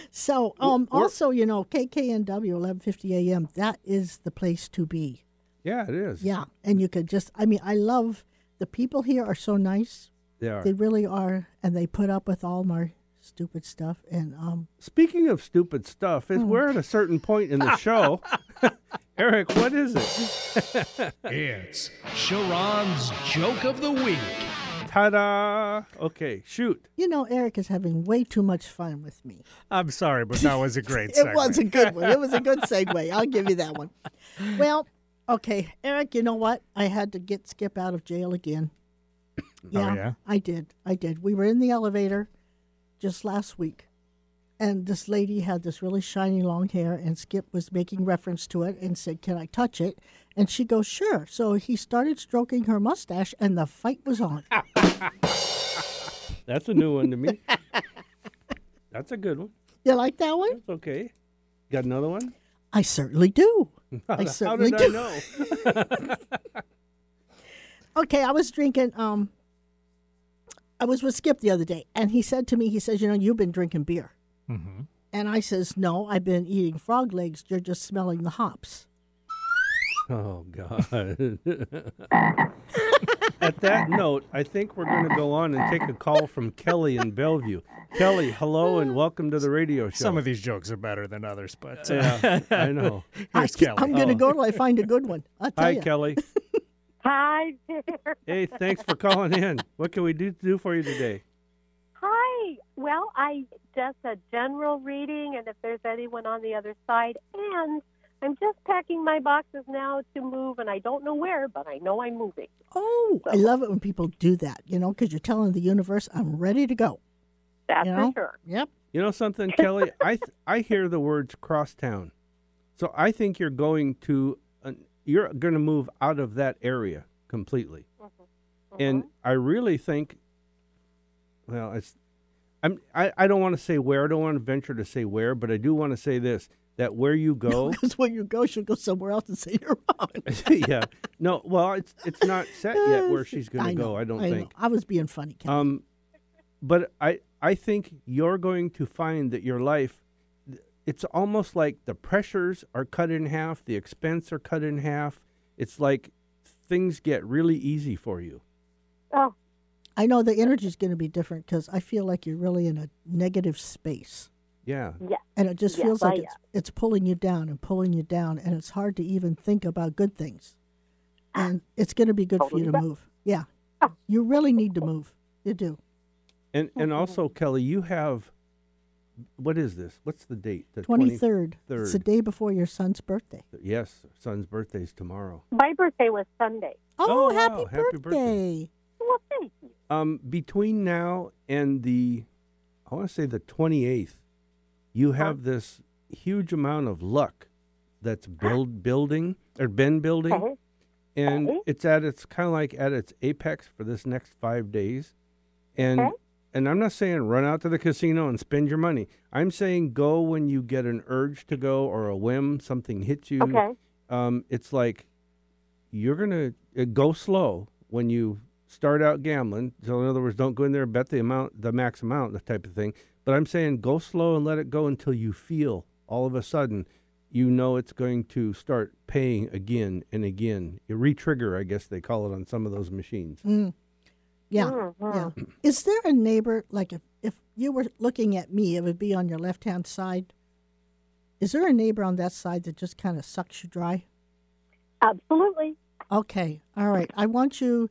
[SPEAKER 2] So,
[SPEAKER 1] Well,
[SPEAKER 2] um,
[SPEAKER 1] we're-
[SPEAKER 2] also, you know, KKNW, eleven fifty a.m. That is the place to be.
[SPEAKER 1] yeah, it is.
[SPEAKER 2] Yeah, and you could just. I mean, I love the people here are so nice.
[SPEAKER 1] They are.
[SPEAKER 2] They really are, and they put up with all my stupid stuff. And um,
[SPEAKER 1] Speaking of stupid stuff,
[SPEAKER 2] Mm.
[SPEAKER 1] is we're at a certain point in the show. Eric, what is it?
[SPEAKER 5] It's Sharon's Joke of the Week.
[SPEAKER 1] Ta da! Okay, shoot.
[SPEAKER 2] you know, Eric is having way too much fun with me.
[SPEAKER 5] I'm sorry, but that was a great
[SPEAKER 2] It was a good one. It was a good segue. I'll give you that one. Well, okay, Eric, you know what? I had to get Skip out of jail again. Yeah,
[SPEAKER 5] Oh, yeah?
[SPEAKER 2] I did. I did. We were in the elevator just last week, and this lady had this really shiny long hair, and Skip was making reference to it and said, Can I touch it? And she goes, Sure. So he started stroking her mustache, and the fight was on.
[SPEAKER 5] Ah.
[SPEAKER 1] That's a new one to me. That's a good one.
[SPEAKER 2] You like that one?
[SPEAKER 1] It's okay. Got another one?
[SPEAKER 2] I certainly do.
[SPEAKER 1] How
[SPEAKER 2] I
[SPEAKER 1] the- How
[SPEAKER 2] certainly
[SPEAKER 1] did I
[SPEAKER 2] do.
[SPEAKER 1] know?
[SPEAKER 2] okay, I was drinking. Um, I was with Skip the other day, and he said to me, he says, "You know, you've been drinking beer,"
[SPEAKER 1] Mm-hmm.
[SPEAKER 2] and I says, "No, I've been eating frog legs. You're just smelling the hops."
[SPEAKER 1] Oh God. At that note, I think we're going to go on and take a call from Kelly in Bellevue. Kelly, hello and welcome to the radio show.
[SPEAKER 5] Some of these jokes are better than others, but uh,
[SPEAKER 1] yeah, I know.
[SPEAKER 2] I,
[SPEAKER 5] Here's Kelly.
[SPEAKER 2] am going to
[SPEAKER 1] Oh.
[SPEAKER 2] go till I find a good one. I'll tell
[SPEAKER 1] Hi,
[SPEAKER 2] you.
[SPEAKER 1] Kelly.
[SPEAKER 6] Hi there.
[SPEAKER 1] Hey, thanks for calling in. What can we do do for you today?
[SPEAKER 6] Hi. Well, I just a general reading, and if there's anyone on the other side, and I'm just packing my boxes now to move, and I don't know where, but I know I'm moving.
[SPEAKER 2] Oh, I love it when people do that. You know, because you're telling the universe, "I'm ready to go."
[SPEAKER 6] That's
[SPEAKER 2] you know?
[SPEAKER 6] for sure.
[SPEAKER 2] Yep.
[SPEAKER 1] You know something, Kelly? I th- I hear the words crosstown, so I think you're going to an, you're going to move out of that area completely.
[SPEAKER 2] Mm-hmm.
[SPEAKER 1] And I really think, well, it's I'm I, I don't want to say where I don't want to venture to say where, but I do want to say this that where you go,
[SPEAKER 2] Because when you go, she'll go somewhere else and say you're wrong.
[SPEAKER 1] yeah, no, well, it's it's not set yet where she's going
[SPEAKER 2] I
[SPEAKER 1] to
[SPEAKER 2] know,
[SPEAKER 1] go. I don't
[SPEAKER 2] I know.
[SPEAKER 1] think.
[SPEAKER 2] I was being funny. Kelly.
[SPEAKER 1] Um, but I I think you're going to find that your life, th- it's almost like the pressures are cut in half, the expense are cut in half. It's like things get really easy for you.
[SPEAKER 6] Oh,
[SPEAKER 2] I know the energy is going to be different because I feel like you're really in a negative space.
[SPEAKER 1] Yeah.
[SPEAKER 6] yes.
[SPEAKER 2] And it just
[SPEAKER 6] Yeah,
[SPEAKER 2] feels
[SPEAKER 6] well,
[SPEAKER 2] like it's, it's pulling you down and pulling you down, and it's hard to even think about good things. And it's going to be good for you to
[SPEAKER 6] Ah. Totally. Oh.
[SPEAKER 2] move. Yeah. You really need to move. You do.
[SPEAKER 1] And and also Kelly, you have what is this? What's the date? The
[SPEAKER 2] 23rd. It's the
[SPEAKER 1] 23rd.
[SPEAKER 2] day before your son's birthday.
[SPEAKER 1] Yes, son's birthday's tomorrow.
[SPEAKER 6] uh, My birthday was Sunday.
[SPEAKER 2] Oh,
[SPEAKER 1] Oh,
[SPEAKER 2] happy,
[SPEAKER 1] wow. Happy birthday.
[SPEAKER 2] birthday.
[SPEAKER 6] Well, thank you.
[SPEAKER 1] Um, between now and the, I want to say the 28th, you have this huge amount of luck that's build building or been building,
[SPEAKER 6] Okay.
[SPEAKER 1] and
[SPEAKER 6] okay.
[SPEAKER 1] it's at its kind of like at its apex for this next five days, and
[SPEAKER 6] Okay.
[SPEAKER 1] and I'm not saying run out to the casino and spend your money. I'm saying go when you get an urge to go or a whim, something hits you.
[SPEAKER 6] Okay.
[SPEAKER 1] um, it's like you're gonna uh, go slow when you start out gambling. So in other words, don't go in there and bet the amount, the max amount, that type of thing. But I'm saying go slow and let it go until you feel all of a sudden you know it's going to start paying again and again. You re-trigger, I guess they call it on some of those machines.
[SPEAKER 2] Mm. Yeah. Yeah.
[SPEAKER 6] Mhm.
[SPEAKER 2] Is there a neighbor like if if you were looking at me, it would be on your left hand side. Is there a neighbor on that side that just kind of sucks you dry?
[SPEAKER 6] Absolutely.
[SPEAKER 2] Okay. All right. I want you.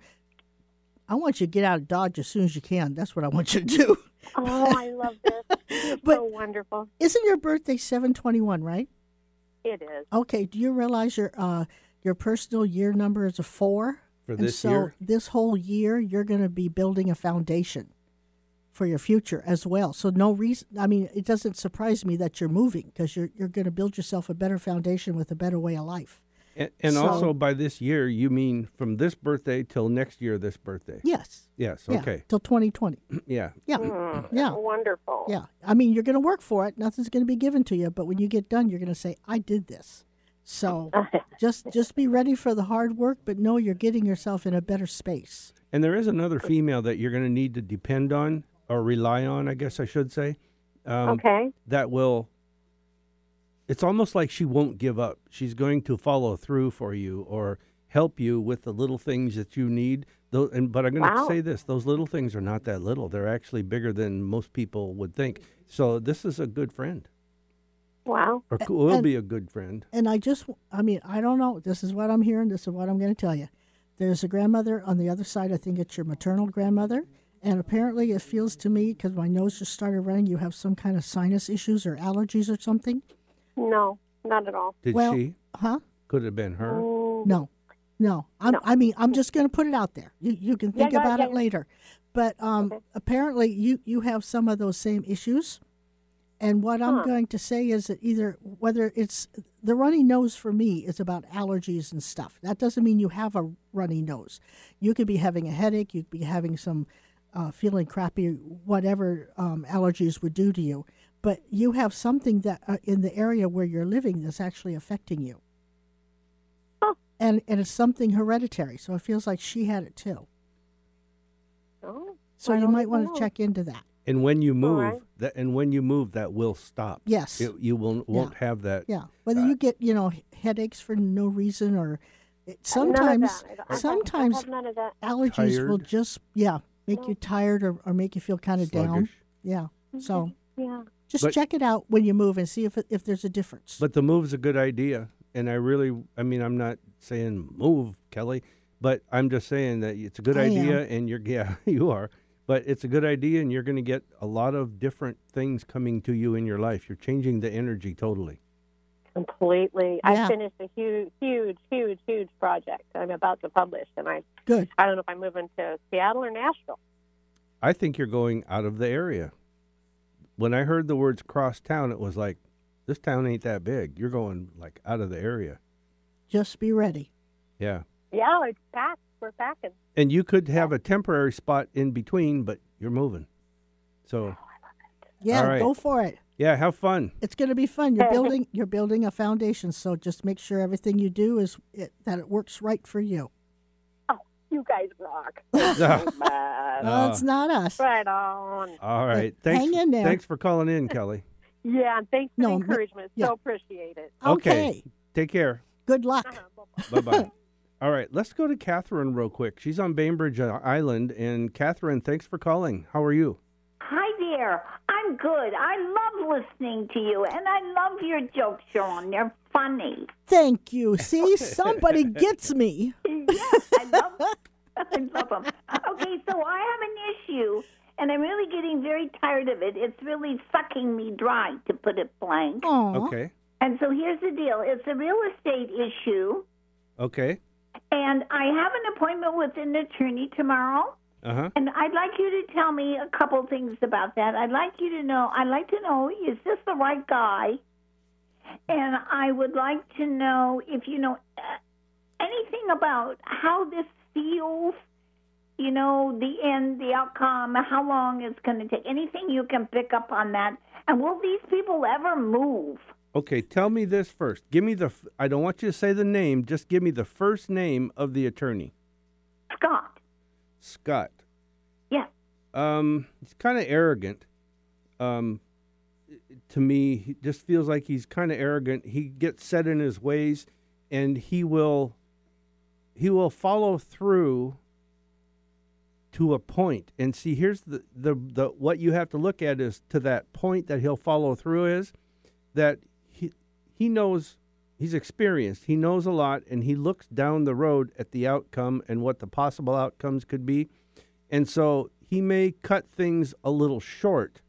[SPEAKER 2] I want you to get out of Dodge as soon as you can. That's what I want you to do.
[SPEAKER 6] Oh, I love this. It's
[SPEAKER 2] But-
[SPEAKER 6] so wonderful.
[SPEAKER 2] Isn't your birthday seven twenty one? Right.
[SPEAKER 6] It is.
[SPEAKER 2] Okay. Do you realize your uh your personal year number is a four?
[SPEAKER 1] For
[SPEAKER 2] And
[SPEAKER 1] this
[SPEAKER 2] so
[SPEAKER 1] year?
[SPEAKER 2] this whole year, you're going to be building a foundation for your future as well. So no reason. I mean, it doesn't surprise me that you're moving because you're you're going to build yourself a better foundation with a better way of life.
[SPEAKER 1] And, and
[SPEAKER 2] So-
[SPEAKER 1] also by this year, you mean from this birthday till next year, this birthday.
[SPEAKER 2] Yes.
[SPEAKER 1] Yes.
[SPEAKER 2] Yeah,
[SPEAKER 1] Okay.
[SPEAKER 2] Till 2020.
[SPEAKER 1] Yeah.
[SPEAKER 2] Yeah.
[SPEAKER 6] Mm,
[SPEAKER 2] Yeah.
[SPEAKER 6] Wonderful.
[SPEAKER 2] Yeah. I mean, you're going to work for it. Nothing's going to be given to you, but when you get done, you're going to say, "I did this." So just just be ready for the hard work, but know you're getting yourself in a better space.
[SPEAKER 1] And there is another female that you're going to need to depend on or rely on, I guess I should say. Um,
[SPEAKER 6] okay.
[SPEAKER 1] That will. It's almost like she won't give up. She's going to follow through for you or help you with the little things that you need. Though, and but I'm going to
[SPEAKER 6] Wow.
[SPEAKER 1] say this: those little things are not that little. They're actually bigger than most people would think. So this is a good friend,
[SPEAKER 6] Wow.
[SPEAKER 1] or
[SPEAKER 2] A-
[SPEAKER 1] c- will
[SPEAKER 2] and-
[SPEAKER 1] be a good friend.
[SPEAKER 2] And I just, I mean, I don't know. This is what I'm hearing. This is what I'm going to tell you. There's a grandmother on the other side. I think it's your maternal grandmother. And apparently, it feels to me because my nose just started running. You have some kind of sinus issues or allergies or something.
[SPEAKER 6] No, not at all.
[SPEAKER 1] Did
[SPEAKER 2] well, Oh.
[SPEAKER 1] she?
[SPEAKER 2] Huh?
[SPEAKER 1] Could it have been her.
[SPEAKER 6] Mm,
[SPEAKER 2] No, no. I'm,
[SPEAKER 6] No.
[SPEAKER 2] I mean, I'm just going to put it out there. You, you can
[SPEAKER 6] Yeah,
[SPEAKER 2] think
[SPEAKER 6] yeah,
[SPEAKER 2] about
[SPEAKER 6] yeah,
[SPEAKER 2] it
[SPEAKER 6] yeah.
[SPEAKER 2] later. But um, apparently, you, you have some of those same issues. And what I'm
[SPEAKER 6] Huh.
[SPEAKER 2] going to say is that either whether it's the runny nose for me is about allergies and stuff. That doesn't mean you have a runny nose. You could be having a headache. You could be having some uh, feeling crappy, whatever um, allergies would do to you. But you have something that uh, in the area where you're living that's actually affecting you and and it's something hereditary. So it feels like she had it too.
[SPEAKER 6] no.
[SPEAKER 2] So
[SPEAKER 6] Oh, I
[SPEAKER 2] you
[SPEAKER 6] don't
[SPEAKER 2] might
[SPEAKER 6] even
[SPEAKER 2] want
[SPEAKER 6] know.
[SPEAKER 2] to check into that.
[SPEAKER 1] And when you
[SPEAKER 6] All
[SPEAKER 1] move,
[SPEAKER 6] right.
[SPEAKER 1] that and when you move, that will stop.
[SPEAKER 2] Yes.
[SPEAKER 1] It, you will won't have that.
[SPEAKER 2] Yeah, whether
[SPEAKER 1] Uh,
[SPEAKER 2] you get you know headaches for no reason or it, sometimes
[SPEAKER 6] None of that. I don't- I have- I
[SPEAKER 2] sometimes
[SPEAKER 6] have Mm. none of that.
[SPEAKER 2] allergies will
[SPEAKER 1] Tired.
[SPEAKER 2] just yeah make you tired or, or make you feel kind of down.
[SPEAKER 1] Sluggish.
[SPEAKER 2] Yeah,
[SPEAKER 6] Mm-hmm.
[SPEAKER 2] so
[SPEAKER 6] Yeah.
[SPEAKER 2] just
[SPEAKER 1] But-
[SPEAKER 2] check it out when you move and see if it- if there's a difference.
[SPEAKER 1] But the move's a good idea, and I really, I mean, I'm not saying move, Kelly, but I'm just saying that it's a good
[SPEAKER 2] I
[SPEAKER 1] idea, and you're, yeah, you are. But it's a good idea, and you're going to get a lot of different things coming to you in your life. You're changing the energy totally.
[SPEAKER 6] Completely.
[SPEAKER 2] Yeah.
[SPEAKER 6] I finished a huge, huge, huge, huge project I'm about to publish, and I
[SPEAKER 2] Good.
[SPEAKER 6] I don't know if I'm moving to Seattle or Nashville.
[SPEAKER 1] I think you're going out of the area. When I heard the words cross town, it was like, this town ain't that big. You're going like out of the area.
[SPEAKER 2] Just be ready.
[SPEAKER 1] Yeah.
[SPEAKER 6] Yeah, it's packed. We're packing.
[SPEAKER 1] And you could have a temporary spot in between, but you're moving. So,
[SPEAKER 2] Yeah,
[SPEAKER 1] All right.
[SPEAKER 2] go for it.
[SPEAKER 1] yeah, have fun.
[SPEAKER 2] It's going to be fun. You're building you're building a foundation, so just make sure everything you do is it, that it works right for you.
[SPEAKER 6] Oh, you guys rock. Thank you so much.
[SPEAKER 2] Well, it's not us.
[SPEAKER 6] Uh, right on.
[SPEAKER 1] All right.
[SPEAKER 2] Hang
[SPEAKER 1] Thanks,
[SPEAKER 2] in there.
[SPEAKER 1] Thanks for calling in, Kelly.
[SPEAKER 6] Yeah, and thanks for
[SPEAKER 2] No,
[SPEAKER 6] the
[SPEAKER 2] m-
[SPEAKER 6] encouragement.
[SPEAKER 2] yeah.
[SPEAKER 6] So appreciate it.
[SPEAKER 1] Okay.
[SPEAKER 2] Okay.
[SPEAKER 1] Take care.
[SPEAKER 2] Good luck.
[SPEAKER 6] Uh-huh.
[SPEAKER 1] Bye bye. All right, let's go to Catherine real quick. She's on Bainbridge uh, Island. And Catherine, thanks for calling. How are you?
[SPEAKER 7] Hi there. I'm good. I love listening to you, and I love your jokes, Sean. They're funny.
[SPEAKER 2] Thank you. See, somebody gets me.
[SPEAKER 7] Yes, I love, I love them. Okay, so I have an issue, and I'm really getting very tired of it. It's really sucking me dry, to put it blank.
[SPEAKER 2] Aw.
[SPEAKER 1] Okay.
[SPEAKER 7] And so here's the deal it's a real estate issue,
[SPEAKER 1] Okay.
[SPEAKER 7] and I have an appointment with an attorney tomorrow.
[SPEAKER 1] Uh huh.
[SPEAKER 7] And I'd like you to tell me a couple things about that. I'd like you to know. I'd like to know is this the right guy? And I would like to know if you know uh, anything about how this feels. You know, the end, the outcome, how long it's going to take. Anything you can pick up on that. And will these people ever move?
[SPEAKER 1] Okay, tell me this first. Give me the. f- I don't want you to say the name. Just give me the first name of the attorney,
[SPEAKER 7] Scott.
[SPEAKER 1] Scott.
[SPEAKER 7] Yes.
[SPEAKER 1] Um, he's kind of arrogant. Um, to me, he just feels like he's kind of arrogant. He gets set in his ways, and he will. He will follow through. To a point, and see, here's the, the the what you have to look at is to that point that he'll follow through is that he he knows he's experienced he knows a lot and he looks down the road at the outcome and what the possible outcomes could be and so he may cut things a little short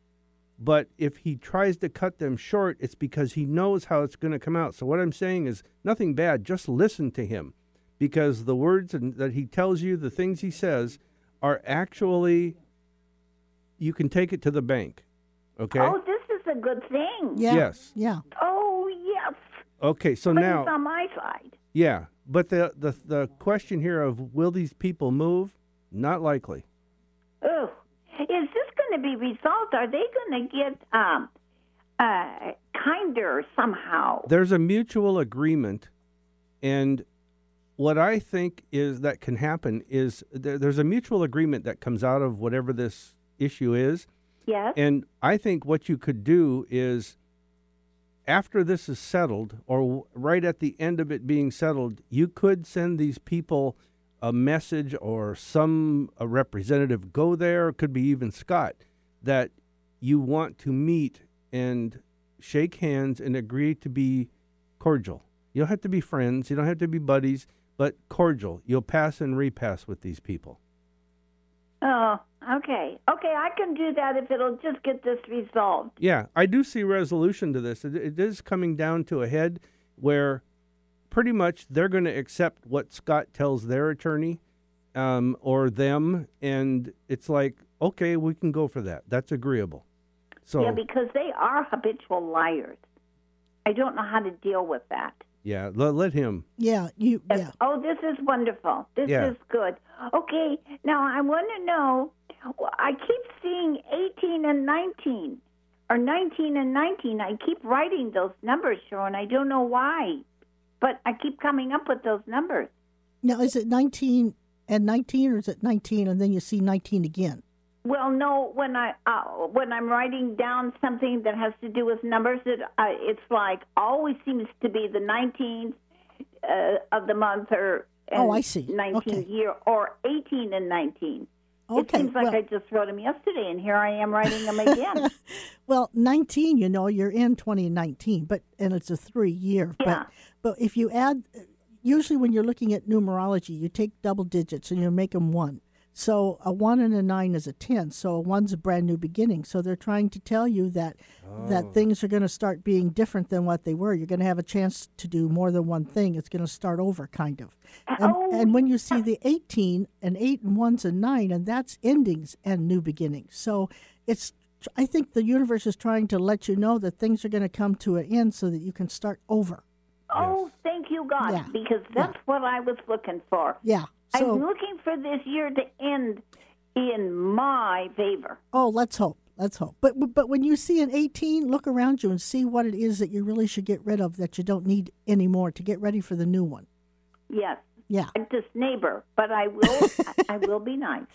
[SPEAKER 1] but if he tries to cut them short it's because he knows how it's going to come out so what i'm saying is nothing bad just listen to him because the words and- that he tells you the things he says are actually you can take it to the bank okay
[SPEAKER 7] Oh, this is a good thing.
[SPEAKER 2] Yeah.
[SPEAKER 1] Yes.
[SPEAKER 2] Yeah.
[SPEAKER 7] Oh, yes.
[SPEAKER 1] okay so
[SPEAKER 7] but
[SPEAKER 1] now
[SPEAKER 7] it's on my side.
[SPEAKER 1] Yeah, but the the the question here of will these people move? Not likely.
[SPEAKER 7] Oh, is this going to be resolved? Are they going to get um, uh, kinder somehow?
[SPEAKER 1] There's a mutual agreement, and what I think is that can happen is there, there's a mutual agreement that comes out of whatever this issue is,
[SPEAKER 7] yes.
[SPEAKER 1] and I think what you could do is after this is settled, or w- right at the end of it being settled, you could send these people a message or some a representative go there. It could be even Scott that you want to meet and shake hands and agree to be cordial. You don't have to be friends. You don't have to be buddies, but cordial. You'll pass and repass with these people.
[SPEAKER 7] oh, okay. Okay, I can do that if it'll just get this resolved.
[SPEAKER 1] Yeah, I do see resolution to this. It, it is coming down to a head where pretty much they're going to accept what Scott tells their attorney um, or them, and it's like, okay, we can go for that. That's agreeable. So
[SPEAKER 7] Yeah, because they are habitual liars. I don't know how to deal with that.
[SPEAKER 1] yeah, le- let him.
[SPEAKER 2] Yeah. You. Yeah.
[SPEAKER 7] Oh, this is wonderful. This
[SPEAKER 1] Yeah.
[SPEAKER 7] is good. Okay, now I want to know. I keep seeing 18 and 19, or 19 and 19. I keep writing those numbers, Sharon. I don't know why, but I keep coming up with those numbers.
[SPEAKER 2] Now, is it 19 and 19, or is it 19 and then you see 19 again?
[SPEAKER 7] Well, no, when I uh, when I'm writing down something that has to do with numbers, it uh, it's like always seems to be the 19th uh, of the month, or
[SPEAKER 2] Oh,
[SPEAKER 7] and
[SPEAKER 2] I see.
[SPEAKER 7] 19
[SPEAKER 2] Okay.
[SPEAKER 7] year, or 18 and 19.
[SPEAKER 2] Okay.
[SPEAKER 7] it seems like
[SPEAKER 2] well,
[SPEAKER 7] I just wrote them yesterday, and here I am writing them again.
[SPEAKER 2] well, 19, you know, you're in 2019, but and it's a three year.
[SPEAKER 7] Yeah.
[SPEAKER 2] But, but if you add, usually when you're looking at numerology, you take double digits and you make them one. So a one and a nine is a 10. So a one's a brand new beginning. So they're trying to tell you that. That things are going to start being different than what they were. You're going to have a chance to do more than one thing. It's going to start over, kind of. And,
[SPEAKER 7] Oh,
[SPEAKER 2] and when you see the 18 and 8 and 1s and 9 and that's endings and new beginnings so it's i think the universe is trying to let you know that things are going to come to an end so that you can start over
[SPEAKER 7] oh, thank you, God,
[SPEAKER 2] Yeah.
[SPEAKER 7] because that's what I was looking for.
[SPEAKER 2] yeah so
[SPEAKER 7] I'm looking for this year to end in my favor.
[SPEAKER 2] oh let's hope let's hope but but when you see an 18 look around you and see what it is that you really should get rid of that you don't need anymore to get ready for the new one
[SPEAKER 7] Yes,
[SPEAKER 2] yeah
[SPEAKER 7] I'm just neighbor, but I will. I, I will be nice.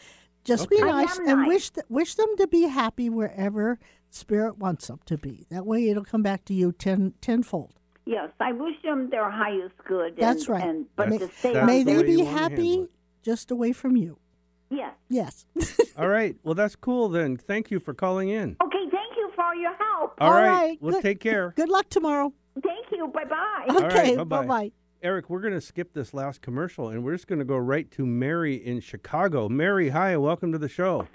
[SPEAKER 2] just be
[SPEAKER 7] Okay. I
[SPEAKER 2] nice
[SPEAKER 7] am
[SPEAKER 2] and
[SPEAKER 7] nice.
[SPEAKER 2] wish th- wish them to be happy wherever spirit wants them to be. That way it'll come back to you ten, tenfold.
[SPEAKER 7] Yes, I wish them their highest good. And,
[SPEAKER 2] That's right.
[SPEAKER 7] And, but
[SPEAKER 1] That's-
[SPEAKER 7] to stay
[SPEAKER 1] that's
[SPEAKER 7] on
[SPEAKER 2] May
[SPEAKER 1] the
[SPEAKER 2] they
[SPEAKER 1] way
[SPEAKER 2] be
[SPEAKER 1] you wanna handle
[SPEAKER 2] happy
[SPEAKER 1] it.
[SPEAKER 2] just away from you.
[SPEAKER 7] Yes.
[SPEAKER 2] Yes.
[SPEAKER 1] All right. Well, that's cool then. Thank you for calling in.
[SPEAKER 7] Okay, thank you for your help.
[SPEAKER 1] All right. Well,
[SPEAKER 2] good-
[SPEAKER 1] take care.
[SPEAKER 2] Good luck tomorrow.
[SPEAKER 7] Thank you. Bye bye.
[SPEAKER 1] right,
[SPEAKER 2] Okay.
[SPEAKER 1] bye-bye.
[SPEAKER 2] bye bye.
[SPEAKER 1] Eric, we're going to skip this last commercial and we're just going to go right to Mary in Chicago. Mary, hi, welcome to the show.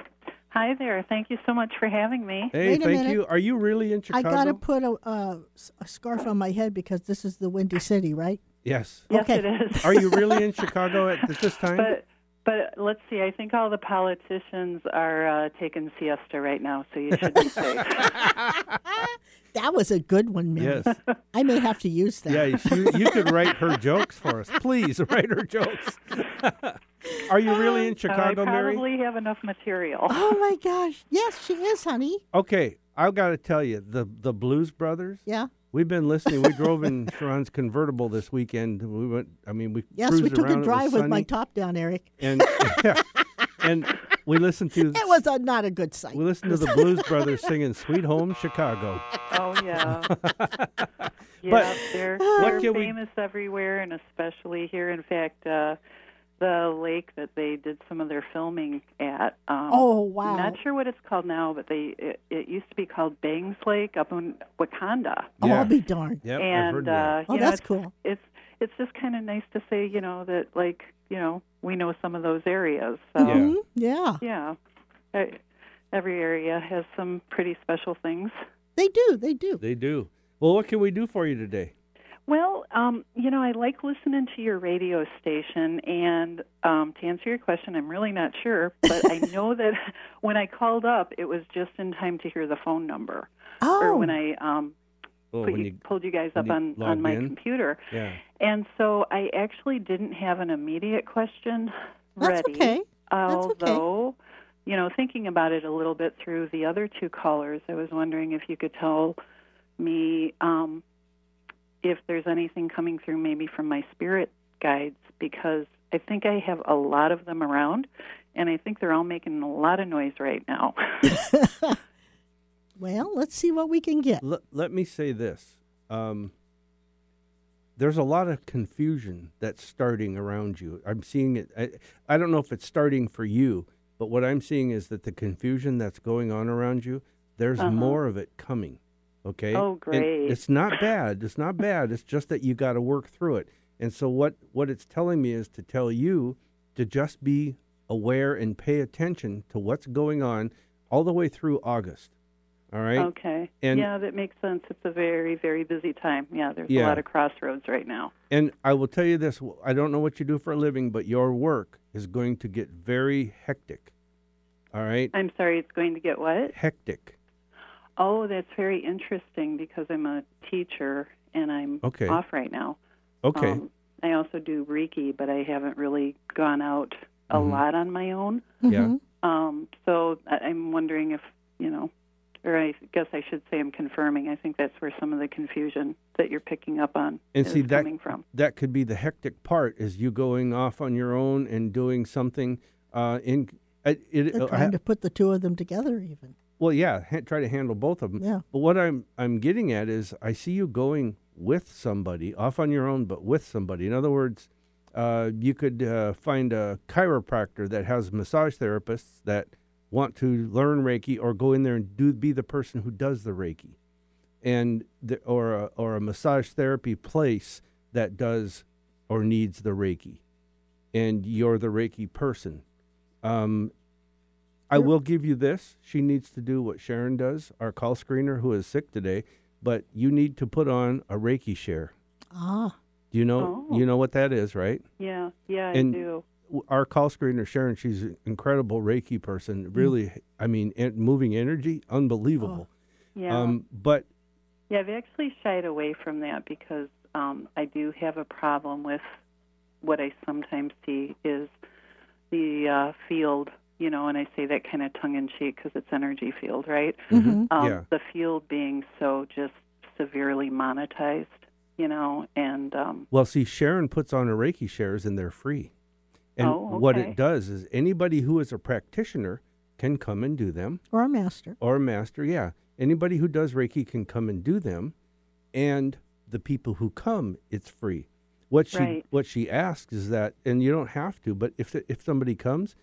[SPEAKER 8] Hi there. Thank you so much for having me.
[SPEAKER 1] Hey,
[SPEAKER 2] Wait a
[SPEAKER 1] thank
[SPEAKER 2] minute.
[SPEAKER 1] you. Are you really in
[SPEAKER 2] I
[SPEAKER 1] Chicago?
[SPEAKER 2] gotta put a, uh, s- a scarf on my head because this is the windy city, right?
[SPEAKER 1] Yes.
[SPEAKER 8] Yes,
[SPEAKER 2] Okay.
[SPEAKER 8] it is.
[SPEAKER 1] Are you really in Chicago at th- this time?
[SPEAKER 8] But but let's see. I think all the politicians are uh, taking siesta right now, so you should be safe.
[SPEAKER 2] That was a good one, Mary.
[SPEAKER 1] yes.
[SPEAKER 2] I may have to use that.
[SPEAKER 1] Yeah, you, should- you could write her jokes for us. Please write her jokes. Are you really in
[SPEAKER 8] So
[SPEAKER 1] Chicago,
[SPEAKER 8] I
[SPEAKER 1] Mary?
[SPEAKER 8] probably have enough material.
[SPEAKER 2] Oh my gosh. Yes, she is, honey.
[SPEAKER 1] Okay, I've got to tell you, the the Blues Brothers.
[SPEAKER 2] Yeah.
[SPEAKER 1] We've been listening. We drove in Sharon's convertible this weekend. We went. I mean, we
[SPEAKER 2] Yes, we
[SPEAKER 1] cruised
[SPEAKER 2] took
[SPEAKER 1] around.
[SPEAKER 2] a
[SPEAKER 1] It was
[SPEAKER 2] drive with my
[SPEAKER 1] sunny.
[SPEAKER 2] top down, Eric.
[SPEAKER 1] and and we listened to
[SPEAKER 2] It was a, not a good sight.
[SPEAKER 1] we listened to the Blues Brothers singing "Sweet Home Chicago."
[SPEAKER 8] Oh yeah. yeah,
[SPEAKER 1] But
[SPEAKER 8] they're,
[SPEAKER 1] what
[SPEAKER 8] they're
[SPEAKER 1] can we-
[SPEAKER 8] famous everywhere, and especially here. In fact, uh, the lake that they did some of their filming at. Um,
[SPEAKER 2] Oh wow.
[SPEAKER 8] Not sure what it's called now, but they it, it used to be called Bangs Lake up in Wakanda.
[SPEAKER 2] Oh,
[SPEAKER 1] Yeah.
[SPEAKER 2] I'll be darned.
[SPEAKER 1] Yep, I've heard
[SPEAKER 8] and
[SPEAKER 1] that.
[SPEAKER 8] uh,
[SPEAKER 2] Oh,
[SPEAKER 8] you know,
[SPEAKER 2] that's
[SPEAKER 8] it's-
[SPEAKER 2] cool.
[SPEAKER 8] It's it's just kind of nice to say, you know, that like you know we know some of those areas. So
[SPEAKER 1] Yeah.
[SPEAKER 2] Mhm, Yeah,
[SPEAKER 8] yeah, I- every area has some pretty special things.
[SPEAKER 2] they do. They do.
[SPEAKER 1] they do. Well, what can we do for you today?
[SPEAKER 8] Well, um, you know, I like listening to your radio station, and um, to answer your question, I'm really not sure, but I know that when I called up, it was just in time to hear the phone number, or
[SPEAKER 2] Oh,
[SPEAKER 8] when I um,
[SPEAKER 1] Oh,
[SPEAKER 8] put
[SPEAKER 1] when
[SPEAKER 8] you,
[SPEAKER 1] you,
[SPEAKER 8] pulled you guys
[SPEAKER 1] when
[SPEAKER 8] up
[SPEAKER 1] you
[SPEAKER 8] on
[SPEAKER 1] logged
[SPEAKER 8] on my
[SPEAKER 1] in?
[SPEAKER 8] computer.
[SPEAKER 1] yeah,
[SPEAKER 8] And so I actually didn't have an immediate question
[SPEAKER 2] that's
[SPEAKER 8] ready.
[SPEAKER 2] okay. okay.
[SPEAKER 8] Although, you know, thinking about it a little bit through the other two callers, I was wondering if you could tell me um, if there's anything coming through maybe from my spirit guides because I think I have a lot of them around and I think they're all making a lot of noise right now.
[SPEAKER 2] Well, let's see what we can get.
[SPEAKER 1] L- let me say this. Um, there's a lot of confusion that's starting around you. I'm seeing it. I, I don't know if it's starting for you, but what I'm seeing is that the confusion that's going on around you, there's
[SPEAKER 8] Uh-huh.
[SPEAKER 1] more of it coming. Okay.
[SPEAKER 8] Oh,
[SPEAKER 1] And
[SPEAKER 8] great.
[SPEAKER 1] it's not bad. It's not bad. It's just that you got to work through it. And so what what it's telling me is to tell you to just be aware and pay attention to what's going on all the way through August. All right.
[SPEAKER 8] Okay.
[SPEAKER 1] And-
[SPEAKER 8] yeah, that makes sense. It's a very, very busy time. Yeah, there's
[SPEAKER 1] Yeah.
[SPEAKER 8] a lot of crossroads right now.
[SPEAKER 1] And I will tell you this I don't know what you do for a living, but your work is going to get very hectic. All right?
[SPEAKER 8] I'm sorry, it's going to get what?
[SPEAKER 1] Hectic.
[SPEAKER 8] Oh, that's very interesting because I'm a teacher and I'm
[SPEAKER 1] Okay.
[SPEAKER 8] off right now.
[SPEAKER 1] Okay.
[SPEAKER 8] Um, I also do Reiki, but I haven't really gone out a
[SPEAKER 1] Mhm.
[SPEAKER 8] lot on my own.
[SPEAKER 1] yeah.
[SPEAKER 2] Mhm.
[SPEAKER 8] Um, so I- I'm wondering if, you know, or I guess I should say I'm confirming. I think that's where some of the confusion that you're picking up on
[SPEAKER 1] And
[SPEAKER 8] is
[SPEAKER 1] see, that-
[SPEAKER 8] coming from.
[SPEAKER 1] That could be the hectic part is you going off on your own and doing something uh, in. I- It,
[SPEAKER 2] They're
[SPEAKER 1] I-
[SPEAKER 2] trying to put the two of them together, even.
[SPEAKER 1] well, yeah, ha- try to handle both of them.
[SPEAKER 2] Yeah.
[SPEAKER 1] But what I'm I'm getting at is I see you going with somebody off on your own, but with somebody. In other words, uh, you could uh, find a chiropractor that has massage therapists that want to learn Reiki, or go in there and do be the person who does the Reiki, and the, or a, or a massage therapy place that does or needs the Reiki, and you're the Reiki person. Um, I will give you this. She needs to do what Sharon does, our call screener who is sick today, but you need to put on a Reiki share.
[SPEAKER 2] Ah,
[SPEAKER 1] Do you know
[SPEAKER 8] Oh.
[SPEAKER 1] you know what that is, right?
[SPEAKER 8] Yeah, yeah,
[SPEAKER 1] And-
[SPEAKER 8] I do.
[SPEAKER 1] W- Our call screener Sharon, she's an incredible Reiki person.
[SPEAKER 8] Mm.
[SPEAKER 1] Really, I mean, en- moving energy, unbelievable.
[SPEAKER 8] Oh, Yeah.
[SPEAKER 1] Um but
[SPEAKER 8] Yeah, I've actually shied away from that because um, I do have a problem with what I sometimes see is the uh, field, you know, and I say that kind of tongue in cheek because it's energy field, right?
[SPEAKER 2] mhm.
[SPEAKER 8] Um,
[SPEAKER 1] Mm-hmm. Yeah.
[SPEAKER 8] The field being so just severely monetized, you know, and um,
[SPEAKER 1] well, see Sharon puts on her Reiki shares and they're free. And
[SPEAKER 8] Oh,
[SPEAKER 1] what
[SPEAKER 8] okay.
[SPEAKER 1] it does is anybody who is a practitioner can come and do them.
[SPEAKER 2] or a master.
[SPEAKER 1] or a master, yeah. Anybody who does Reiki can come and do them, and the people who come, it's free. What she
[SPEAKER 8] Right.
[SPEAKER 1] what she asks is that, and you don't have to, but if if somebody comes,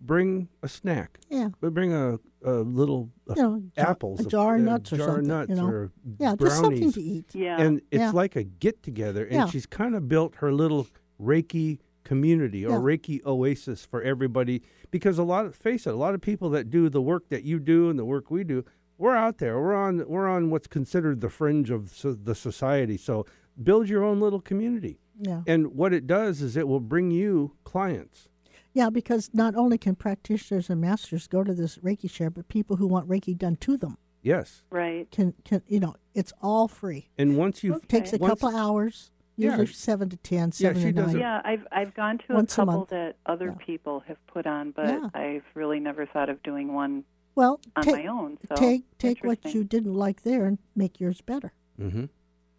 [SPEAKER 1] bring a snack,
[SPEAKER 2] Yeah.
[SPEAKER 1] but bring a, a little a
[SPEAKER 2] You know, a jar-
[SPEAKER 1] apples,
[SPEAKER 2] a jar of nuts or
[SPEAKER 1] jar
[SPEAKER 2] something,
[SPEAKER 1] nuts
[SPEAKER 2] you know?
[SPEAKER 1] or
[SPEAKER 2] Yeah,
[SPEAKER 1] brownies.
[SPEAKER 2] just something to eat.
[SPEAKER 8] Yeah.
[SPEAKER 1] And it's
[SPEAKER 2] Yeah.
[SPEAKER 1] like a get together, and
[SPEAKER 2] Yeah.
[SPEAKER 1] she's kind of built her little Reiki community or
[SPEAKER 2] Yeah.
[SPEAKER 1] Reiki oasis for everybody. Because a lot of face it, a lot of people that do the work that you do and the work we do, we're out there. We're on we're on what's considered the fringe of so, the society. So build your own little community,
[SPEAKER 2] Yeah.
[SPEAKER 1] and what it does is it will bring you clients.
[SPEAKER 2] Yeah, because not only can practitioners and masters go to this Reiki chair, but people who want Reiki done to them
[SPEAKER 1] Yes,
[SPEAKER 8] right.
[SPEAKER 2] can, can you know, it's all free.
[SPEAKER 1] and once you
[SPEAKER 2] It takes a
[SPEAKER 1] once-
[SPEAKER 2] couple of hours,
[SPEAKER 1] Yeah.
[SPEAKER 2] usually seven to ten,
[SPEAKER 1] Yeah,
[SPEAKER 2] seven
[SPEAKER 1] she
[SPEAKER 2] to
[SPEAKER 1] does
[SPEAKER 2] nine.
[SPEAKER 1] it-
[SPEAKER 8] Yeah, I've I've gone to
[SPEAKER 2] Once a
[SPEAKER 8] a couple
[SPEAKER 2] month.
[SPEAKER 8] that other
[SPEAKER 2] Yeah.
[SPEAKER 8] people have put on, but
[SPEAKER 2] Yeah.
[SPEAKER 8] I've really never thought of doing one
[SPEAKER 2] Well,
[SPEAKER 8] on
[SPEAKER 2] take,
[SPEAKER 8] my own. So
[SPEAKER 2] take take what
[SPEAKER 8] interesting.
[SPEAKER 2] you didn't like there and make yours better.
[SPEAKER 1] Mhm.
[SPEAKER 2] Mm-hmm.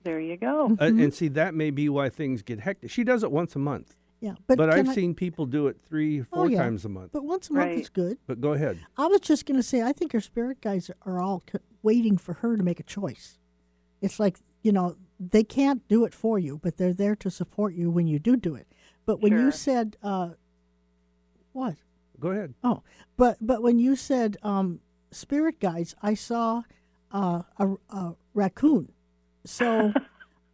[SPEAKER 8] There you go.
[SPEAKER 1] Uh, and see that may be why things get hectic. She does it once a month.
[SPEAKER 2] Yeah, but
[SPEAKER 1] But,
[SPEAKER 2] can
[SPEAKER 1] I've
[SPEAKER 2] I-
[SPEAKER 1] seen people do it three,
[SPEAKER 2] Oh,
[SPEAKER 1] four
[SPEAKER 2] yeah.
[SPEAKER 1] times a month. But,
[SPEAKER 2] But once a month
[SPEAKER 8] Right.
[SPEAKER 2] is good.
[SPEAKER 1] go ahead.
[SPEAKER 2] I was just going to say, I think her spirit guides are all c- waiting for her to make a choice. It's like, you know, they can't do it for you, but they're there to support you when you do do it. But when you
[SPEAKER 8] Sure.
[SPEAKER 2] said, uh, what?
[SPEAKER 1] Go ahead.
[SPEAKER 2] Oh, but but when you said um, spirit guides, I saw uh, a, a raccoon. So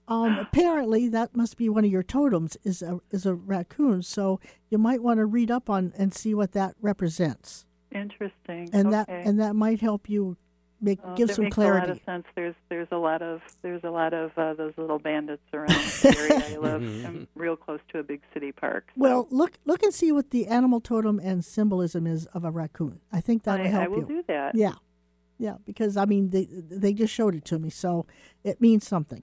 [SPEAKER 2] um, apparently, that must be one of your totems is a is a raccoon. So you might want to read up on and see what that represents,
[SPEAKER 1] Mm-hmm.
[SPEAKER 8] Interesting.
[SPEAKER 2] and
[SPEAKER 8] okay.
[SPEAKER 2] that and that might help you make
[SPEAKER 8] Well,
[SPEAKER 2] give
[SPEAKER 8] Oh, that
[SPEAKER 2] some
[SPEAKER 8] makes A lot of
[SPEAKER 2] clarity.
[SPEAKER 8] sense. There's there's a lot of there's a lot of uh, those little bandits around the area. I live.
[SPEAKER 1] Mm-hmm.
[SPEAKER 8] I'm real close to a big city park. so
[SPEAKER 2] Well, look look and see what the animal totem and symbolism is of a raccoon. I think that
[SPEAKER 8] I,
[SPEAKER 2] will help
[SPEAKER 8] I will
[SPEAKER 2] you.
[SPEAKER 8] do that.
[SPEAKER 2] Yeah, yeah, because I mean they they just showed it to me, so it means something.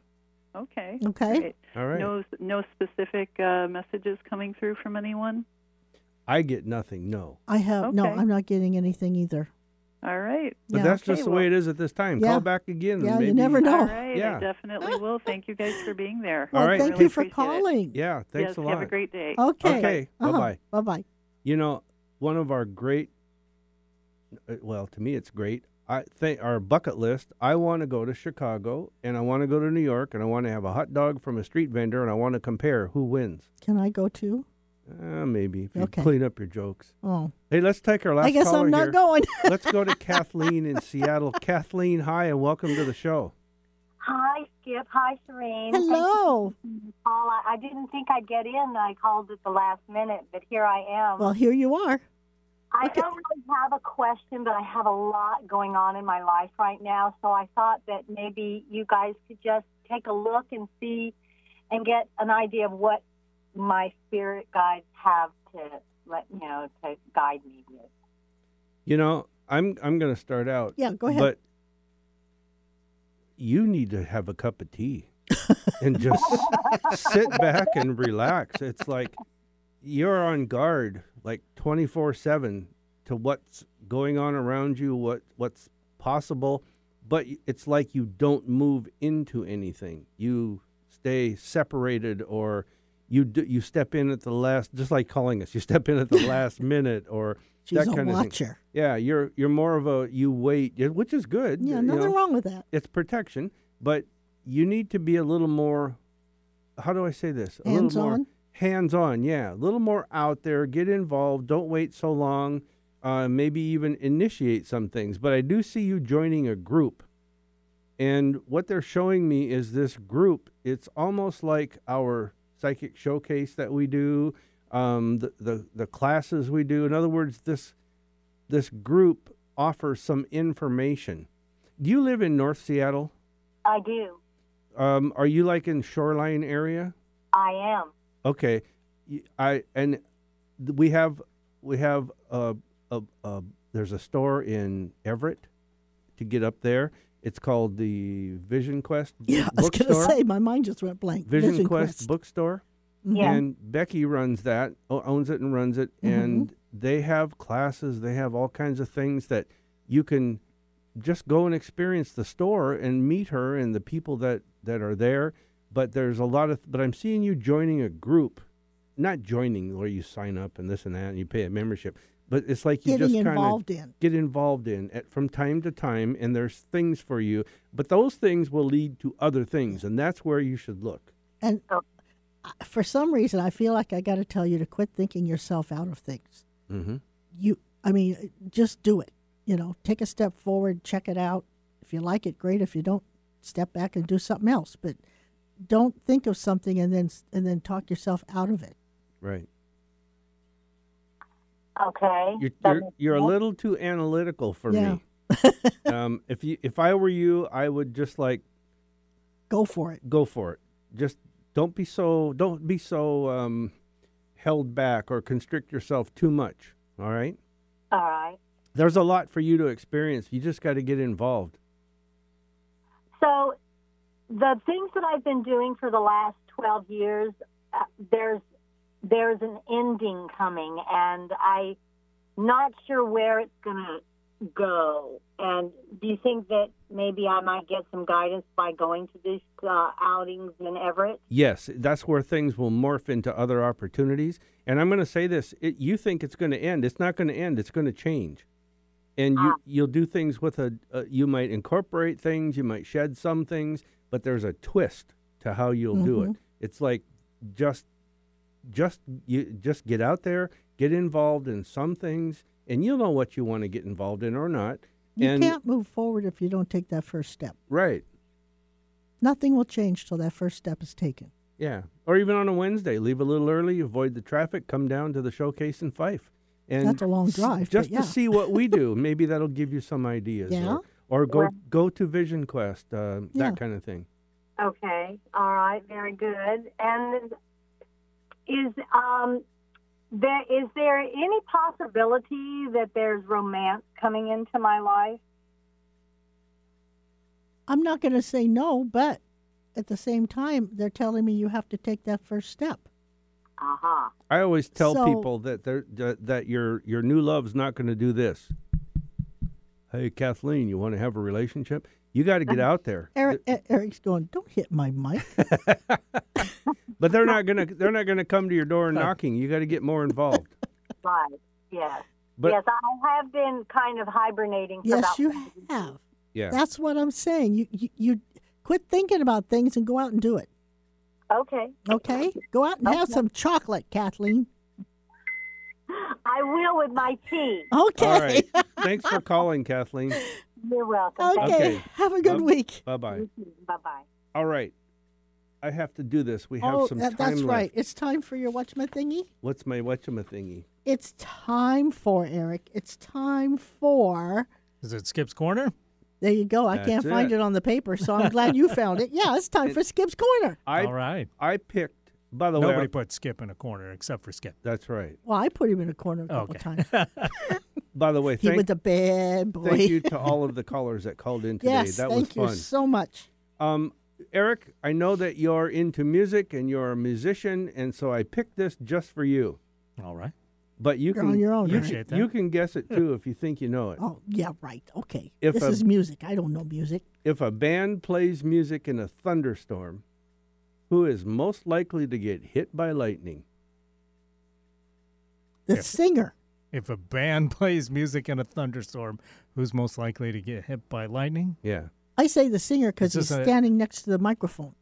[SPEAKER 8] Okay.
[SPEAKER 2] Okay.
[SPEAKER 8] great.
[SPEAKER 1] All right.
[SPEAKER 8] No no specific uh, messages coming through from anyone.
[SPEAKER 1] I get nothing. No.
[SPEAKER 2] I have no.
[SPEAKER 8] Okay.
[SPEAKER 2] I'm not getting anything either.
[SPEAKER 8] All right.
[SPEAKER 1] But
[SPEAKER 2] Yeah.
[SPEAKER 1] that's
[SPEAKER 8] Okay,
[SPEAKER 1] just the way
[SPEAKER 8] well-
[SPEAKER 1] it is at this time.
[SPEAKER 2] Yeah.
[SPEAKER 1] Call back again. and
[SPEAKER 2] Yeah, you
[SPEAKER 1] maybe-
[SPEAKER 2] never know.
[SPEAKER 8] All right.
[SPEAKER 1] Yeah.
[SPEAKER 8] I definitely will. Thank you guys for being there.
[SPEAKER 1] All
[SPEAKER 2] Well,
[SPEAKER 1] right,
[SPEAKER 2] thank
[SPEAKER 1] really
[SPEAKER 2] you for
[SPEAKER 8] appreciate it.
[SPEAKER 2] calling.
[SPEAKER 1] Yeah. Thanks
[SPEAKER 8] yes,
[SPEAKER 1] a lot.
[SPEAKER 8] Have a great day.
[SPEAKER 2] Okay. Uh-huh.
[SPEAKER 1] Okay, bye-bye.
[SPEAKER 2] Bye bye.
[SPEAKER 1] You know, one of our great, uh, well, to me, it's great. I think our bucket list. I want to go to Chicago, and I want to go to New York, and I want to have a hot dog from a street vendor, and I want to compare who wins.
[SPEAKER 2] Can I go too?
[SPEAKER 1] Uh, maybe if you
[SPEAKER 2] Okay.
[SPEAKER 1] clean up your jokes.
[SPEAKER 2] Oh,
[SPEAKER 1] Hey, let's take our last.
[SPEAKER 2] I guess
[SPEAKER 1] caller
[SPEAKER 2] I'm not
[SPEAKER 1] here.
[SPEAKER 2] going.
[SPEAKER 1] Let's go to Kathleen in Seattle. Kathleen, hi, and welcome to the show.
[SPEAKER 9] Hi, Skip. Hi, Serene. Thank you
[SPEAKER 2] Hello.
[SPEAKER 9] for the call. I, I didn't think I'd get in. I called at the last minute, but here I am.
[SPEAKER 2] Well, here you are.
[SPEAKER 9] I don't really have a question, but I have a lot going on in my life right now. So I thought that maybe you guys could just take a look and see and get an idea of what my spirit guides have to let you know to guide me with.
[SPEAKER 1] You know, I'm I'm going to start out.
[SPEAKER 2] Yeah, go ahead.
[SPEAKER 1] But you need to have a cup of tea and just sit back and relax. It's like you're on guard like 24/7 to what's going on around you, what what's possible, but y- it's like you don't move into anything. You stay separated or you do, you step in at the last just like calling us. You step in at the last minute or
[SPEAKER 2] She's
[SPEAKER 1] that
[SPEAKER 2] a
[SPEAKER 1] kind of thing.
[SPEAKER 2] watcher.
[SPEAKER 1] Yeah, you're you're more of a you wait, yeah, which is good.
[SPEAKER 2] Yeah,
[SPEAKER 1] you
[SPEAKER 2] nothing
[SPEAKER 1] know,
[SPEAKER 2] wrong with that.
[SPEAKER 1] It's protection, but you need to be a little more. How do I say this? A little more
[SPEAKER 2] Hands-on?
[SPEAKER 1] hands on. Yeah, a little more out there. Get involved. Don't wait so long. Uh, maybe even initiate some things. But I do see you joining a group, and what they're showing me is this group. It's almost like our psychic showcase that we do, um, the, the the classes we do. In other words, this this group offers some information. Do you live in North Seattle?
[SPEAKER 9] I do.
[SPEAKER 1] Um, are you like in shoreline area?
[SPEAKER 9] I am.
[SPEAKER 1] Okay, Y- I and th- we have we have a, a, a there's a store in Everett to get up there. It's called the Vision Quest.
[SPEAKER 2] Yeah, I was going to
[SPEAKER 1] bookstore.
[SPEAKER 2] say my mind just went blank.
[SPEAKER 1] Vision, Quest, bookstore.
[SPEAKER 2] Mm-hmm.
[SPEAKER 9] Yeah.
[SPEAKER 1] And Becky runs that, o- owns it and runs it.
[SPEAKER 2] Mm-hmm.
[SPEAKER 1] And they have classes, they have all kinds of things that you can just go and experience the store and meet her and the people that, that are there. But there's a lot of, but I'm seeing you joining a group, not joining where you sign up and this and that and you pay a membership, but it's like you
[SPEAKER 2] Getting
[SPEAKER 1] just kind of
[SPEAKER 2] involved in.
[SPEAKER 1] get involved in at, from time to time, and there's things for you. But those things will lead to other things, and that's where you should look.
[SPEAKER 2] And I- for some reason, I feel like I got to tell you to quit thinking yourself out of things.
[SPEAKER 1] Mm-hmm.
[SPEAKER 2] You, I mean, just do it. You know, take a step forward, check it out. If you like it, great. If you don't, step back and do something else. But don't think of something and then and then talk yourself out of it.
[SPEAKER 1] Right.
[SPEAKER 9] Okay.
[SPEAKER 1] You're
[SPEAKER 9] that
[SPEAKER 1] you're,
[SPEAKER 9] makes
[SPEAKER 1] you're a
[SPEAKER 9] sense.
[SPEAKER 1] little too analytical for
[SPEAKER 2] Yeah.
[SPEAKER 1] me. um, if you if I were you, I would just like
[SPEAKER 2] Go for it.
[SPEAKER 1] go for it. Just don't be so don't be so um, held back or constrict yourself too much. All right.
[SPEAKER 9] All right.
[SPEAKER 1] There's a lot for you to experience. You just got to get involved.
[SPEAKER 9] So, the things that I've been doing for the last 12 years, uh, there's there's an ending coming, and I not sure where it's gonna go. And do you think that maybe I might get some guidance by going to these uh, outings in Everett?
[SPEAKER 1] Yes, that's where things will morph into other opportunities. And I'm going to say this: it, you think it's going to end? It's not going to end. It's going to change, and
[SPEAKER 2] Ah.
[SPEAKER 1] you you'll do things with a. Uh, you might incorporate things. You might shed some things, but there's a twist to how you'll do it.
[SPEAKER 2] Mm-hmm.
[SPEAKER 1] It's like just just you just get out there, get involved in some things, and you'll know what you want to get involved in or not.
[SPEAKER 2] You
[SPEAKER 1] and
[SPEAKER 2] can't move forward if you don't take that first step.
[SPEAKER 1] right,
[SPEAKER 2] Nothing will change till that first step is taken.
[SPEAKER 1] Yeah. Or even on a Wednesday, leave a little early, avoid the traffic, come down to the showcase in Fife. And
[SPEAKER 2] That's a long
[SPEAKER 1] s-
[SPEAKER 2] drive, but
[SPEAKER 1] Just
[SPEAKER 2] yeah.
[SPEAKER 1] to see what we do. Maybe that'll give you some ideas.
[SPEAKER 2] Yeah.
[SPEAKER 1] Or, or go
[SPEAKER 9] Yeah.
[SPEAKER 1] go to Vision Quest, uh,
[SPEAKER 2] Yeah.
[SPEAKER 1] that kind of thing.
[SPEAKER 9] Okay. All right. Very good. And is um there is there any possibility that there's romance coming into my life?
[SPEAKER 2] I'm not going to say no, but at the same time, they're telling me you have to take that first step.
[SPEAKER 9] Aha.
[SPEAKER 1] I always tell
[SPEAKER 2] So-
[SPEAKER 1] people that they're that, that your your new love's not going to do this. Hey Kathleen, you want to have a relationship? You got to get out there.
[SPEAKER 2] Eric, E- Eric's going, don't hit my mic.
[SPEAKER 1] But they're not gonna they're not gonna come to your door knocking. You got to get more involved.
[SPEAKER 9] Right. Yes.
[SPEAKER 1] But
[SPEAKER 9] yes, I have been kind of hibernating. For
[SPEAKER 2] yes,
[SPEAKER 9] about
[SPEAKER 2] you have.
[SPEAKER 1] yeah,
[SPEAKER 2] That's what I'm saying. You, you you quit thinking about things and go out and do it.
[SPEAKER 9] Okay.
[SPEAKER 2] Okay, go out and have some chocolate, Kathleen.
[SPEAKER 9] I will with my tea.
[SPEAKER 2] Okay,
[SPEAKER 1] all right. Thanks for calling, Kathleen.
[SPEAKER 9] You're welcome.
[SPEAKER 2] okay.
[SPEAKER 1] Okay.
[SPEAKER 2] Have a good
[SPEAKER 1] Um,
[SPEAKER 2] week.
[SPEAKER 1] Bye bye.
[SPEAKER 9] Bye bye.
[SPEAKER 1] All right. I have to do this. We have
[SPEAKER 2] Oh,
[SPEAKER 1] some
[SPEAKER 2] that-
[SPEAKER 1] time
[SPEAKER 2] that's
[SPEAKER 1] left.
[SPEAKER 2] right. It's time for your watch my thingy.
[SPEAKER 1] What's my whatchama thingy?
[SPEAKER 2] It's time for Eric. It's time for.
[SPEAKER 5] Is it Skip's Corner?
[SPEAKER 2] There you go. I
[SPEAKER 1] That's
[SPEAKER 2] can't find
[SPEAKER 1] it.
[SPEAKER 2] it. on the paper, so I'm glad you found it. Yeah, it's time for Skip's corner.
[SPEAKER 1] I
[SPEAKER 5] All right.
[SPEAKER 1] I picked. By the way,
[SPEAKER 5] Nobody
[SPEAKER 1] I-
[SPEAKER 5] put Skip in a corner except for Skip.
[SPEAKER 1] that's right.
[SPEAKER 2] Well, I put him in a corner a couple
[SPEAKER 5] Okay.
[SPEAKER 2] times.
[SPEAKER 1] By the way,
[SPEAKER 2] He was
[SPEAKER 1] thank,
[SPEAKER 2] a bad boy.
[SPEAKER 1] thank you to all of the callers that called in today.
[SPEAKER 2] yes,
[SPEAKER 1] that
[SPEAKER 2] thank you
[SPEAKER 1] was fun.
[SPEAKER 2] so much.
[SPEAKER 1] Um, Eric, I know that you're into music and you're a musician, and so I picked this just for you.
[SPEAKER 5] All right.
[SPEAKER 1] But you
[SPEAKER 2] You're
[SPEAKER 1] can
[SPEAKER 2] on your own,
[SPEAKER 1] You,
[SPEAKER 2] right?
[SPEAKER 1] can,
[SPEAKER 5] Appreciate that.
[SPEAKER 1] you can guess it too if you think you know it.
[SPEAKER 2] Oh, yeah, right. Okay.
[SPEAKER 1] If
[SPEAKER 2] this
[SPEAKER 1] a-
[SPEAKER 2] is music. I don't know music.
[SPEAKER 1] If a band plays music in a thunderstorm, who is most likely to get hit by lightning?
[SPEAKER 2] The
[SPEAKER 5] Yeah.
[SPEAKER 2] singer.
[SPEAKER 5] If a band plays music in a thunderstorm, who's most likely to get hit by lightning?
[SPEAKER 1] Yeah.
[SPEAKER 2] I say the singer because
[SPEAKER 5] Is this
[SPEAKER 2] he's
[SPEAKER 5] a-
[SPEAKER 2] standing next to the microphone.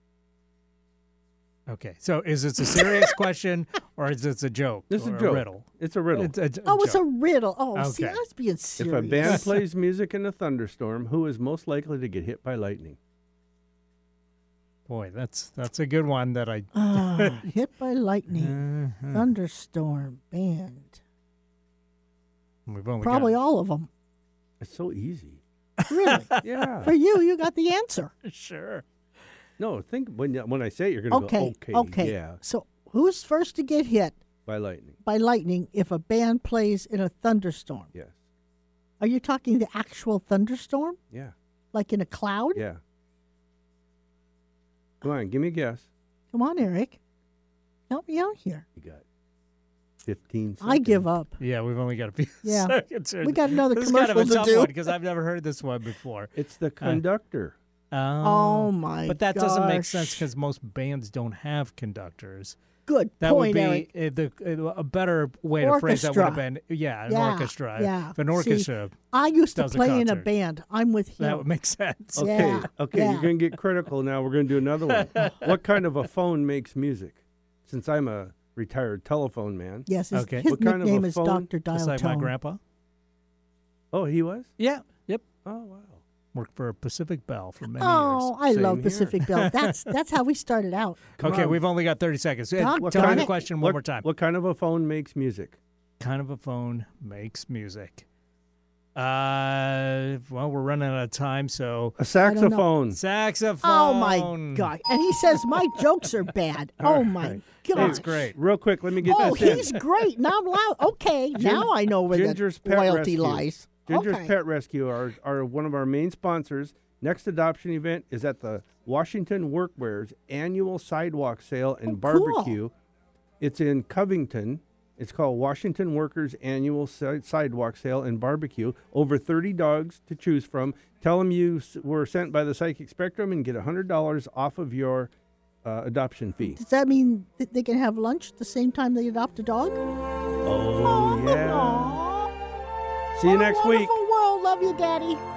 [SPEAKER 5] Okay. So is this a serious question or is this a joke?
[SPEAKER 1] This is
[SPEAKER 5] or
[SPEAKER 1] a joke.
[SPEAKER 5] riddle?
[SPEAKER 1] It's a riddle.
[SPEAKER 5] It's a,
[SPEAKER 2] Oh, it's a
[SPEAKER 5] joke.
[SPEAKER 2] riddle. Oh, see,
[SPEAKER 5] Okay.
[SPEAKER 2] I was being
[SPEAKER 1] if
[SPEAKER 2] serious.
[SPEAKER 1] a band plays music in a thunderstorm, who is most likely to get hit by lightning?
[SPEAKER 5] boy. That's that's a good one that I.
[SPEAKER 2] Ah, hit by lightning,
[SPEAKER 5] Uh-huh.
[SPEAKER 2] thunderstorm, band.
[SPEAKER 5] We've
[SPEAKER 1] Oh,
[SPEAKER 5] only
[SPEAKER 2] Probably
[SPEAKER 5] got,
[SPEAKER 2] all of them.
[SPEAKER 1] It's so easy.
[SPEAKER 2] Really?
[SPEAKER 1] Yeah.
[SPEAKER 2] For you, you got the answer.
[SPEAKER 5] sure.
[SPEAKER 1] no, think when you- when I say it, you're gonna
[SPEAKER 2] Okay.
[SPEAKER 1] go okay, yeah,
[SPEAKER 2] So who's first to get hit
[SPEAKER 1] by lightning.
[SPEAKER 2] by lightning if a band plays in a thunderstorm?
[SPEAKER 1] Yes.
[SPEAKER 2] Are you talking the actual thunderstorm,
[SPEAKER 1] Yeah.
[SPEAKER 2] like in a cloud?
[SPEAKER 1] Yeah. Come on, give me a guess.
[SPEAKER 2] Come on, Eric. Help me out here.
[SPEAKER 1] You got fifteen. Seconds.
[SPEAKER 2] I give up.
[SPEAKER 5] Yeah, we've only got a few
[SPEAKER 2] Yeah.
[SPEAKER 5] seconds. here.
[SPEAKER 2] We got another
[SPEAKER 5] this is kind of a
[SPEAKER 2] commercial to
[SPEAKER 5] tough
[SPEAKER 2] do.
[SPEAKER 5] one because I've never heard this one before.
[SPEAKER 1] It's the conductor.
[SPEAKER 5] Oh,
[SPEAKER 2] my
[SPEAKER 5] But that doesn't make
[SPEAKER 2] gosh.
[SPEAKER 5] sense because most bands don't have conductors.
[SPEAKER 2] Good
[SPEAKER 5] That
[SPEAKER 2] point,
[SPEAKER 5] would be
[SPEAKER 2] Eric.
[SPEAKER 5] uh, the uh, a better way to phrase that would have been
[SPEAKER 2] Orchestra.
[SPEAKER 5] yeah, an
[SPEAKER 2] Yeah,
[SPEAKER 5] orchestra.
[SPEAKER 2] yeah.
[SPEAKER 5] If an
[SPEAKER 2] See,
[SPEAKER 5] orchestra
[SPEAKER 2] I used to
[SPEAKER 5] does a
[SPEAKER 2] play in a
[SPEAKER 5] concert.
[SPEAKER 2] band. I'm with him.
[SPEAKER 5] that would make sense.
[SPEAKER 2] Yeah.
[SPEAKER 1] Okay, okay,
[SPEAKER 2] yeah.
[SPEAKER 1] you're gonna get critical now. We're gonna do another one. what kind of a phone makes music? Since I'm a retired telephone man.
[SPEAKER 2] yes, his,
[SPEAKER 5] Okay.
[SPEAKER 2] his
[SPEAKER 1] What kind of a
[SPEAKER 2] nickname is
[SPEAKER 1] phone?
[SPEAKER 2] Doctor Dial
[SPEAKER 5] Just like my grandpa.
[SPEAKER 1] Oh, he was.
[SPEAKER 5] Yeah. Yep.
[SPEAKER 1] Oh wow.
[SPEAKER 5] Worked for Pacific Bell for many
[SPEAKER 2] Oh, I
[SPEAKER 1] Same
[SPEAKER 2] love
[SPEAKER 1] here.
[SPEAKER 2] Pacific Bell. That's that's how we started out.
[SPEAKER 5] years.
[SPEAKER 1] Come
[SPEAKER 5] Okay,
[SPEAKER 1] on.
[SPEAKER 5] we've only got 30 seconds. Ed,
[SPEAKER 2] Dog
[SPEAKER 5] Tell me
[SPEAKER 2] darn
[SPEAKER 5] the
[SPEAKER 2] it.
[SPEAKER 5] question
[SPEAKER 1] what,
[SPEAKER 5] one more time. What
[SPEAKER 1] What kind of a phone makes music?
[SPEAKER 5] kind of a phone makes music? Uh, well, we're running out of time, so
[SPEAKER 1] A
[SPEAKER 2] know.
[SPEAKER 1] saxophone.
[SPEAKER 5] saxophone.
[SPEAKER 2] Mm. Oh my god! And he says my jokes are bad. Oh my god!
[SPEAKER 5] That's great.
[SPEAKER 1] Real quick, let me get
[SPEAKER 2] Oh,
[SPEAKER 1] this in.
[SPEAKER 2] he's great. Now I'm loud. Okay, now I know where
[SPEAKER 1] Ginger's
[SPEAKER 2] the
[SPEAKER 1] Pet
[SPEAKER 2] loyalty
[SPEAKER 1] Rescue.
[SPEAKER 2] lies.
[SPEAKER 1] Ginger's
[SPEAKER 2] okay.
[SPEAKER 1] Pet Rescue are, are one of our main sponsors. Next adoption event is at the Washington Workwear's annual sidewalk sale and
[SPEAKER 2] Oh, cool.
[SPEAKER 1] barbecue. It's in Covington. It's called Washington Workers Annual Si- Sidewalk Sale and Barbecue. Over 30 dogs to choose from. Tell them you s- were sent by the Psychic Spectrum and get $100 off of your uh, adoption fee.
[SPEAKER 2] Does that mean that they can have lunch at the same time they adopt a dog?
[SPEAKER 1] Oh, yeah.
[SPEAKER 2] Aw.
[SPEAKER 1] See you
[SPEAKER 2] What a
[SPEAKER 1] next week.
[SPEAKER 2] wonderful world. Love you, Daddy.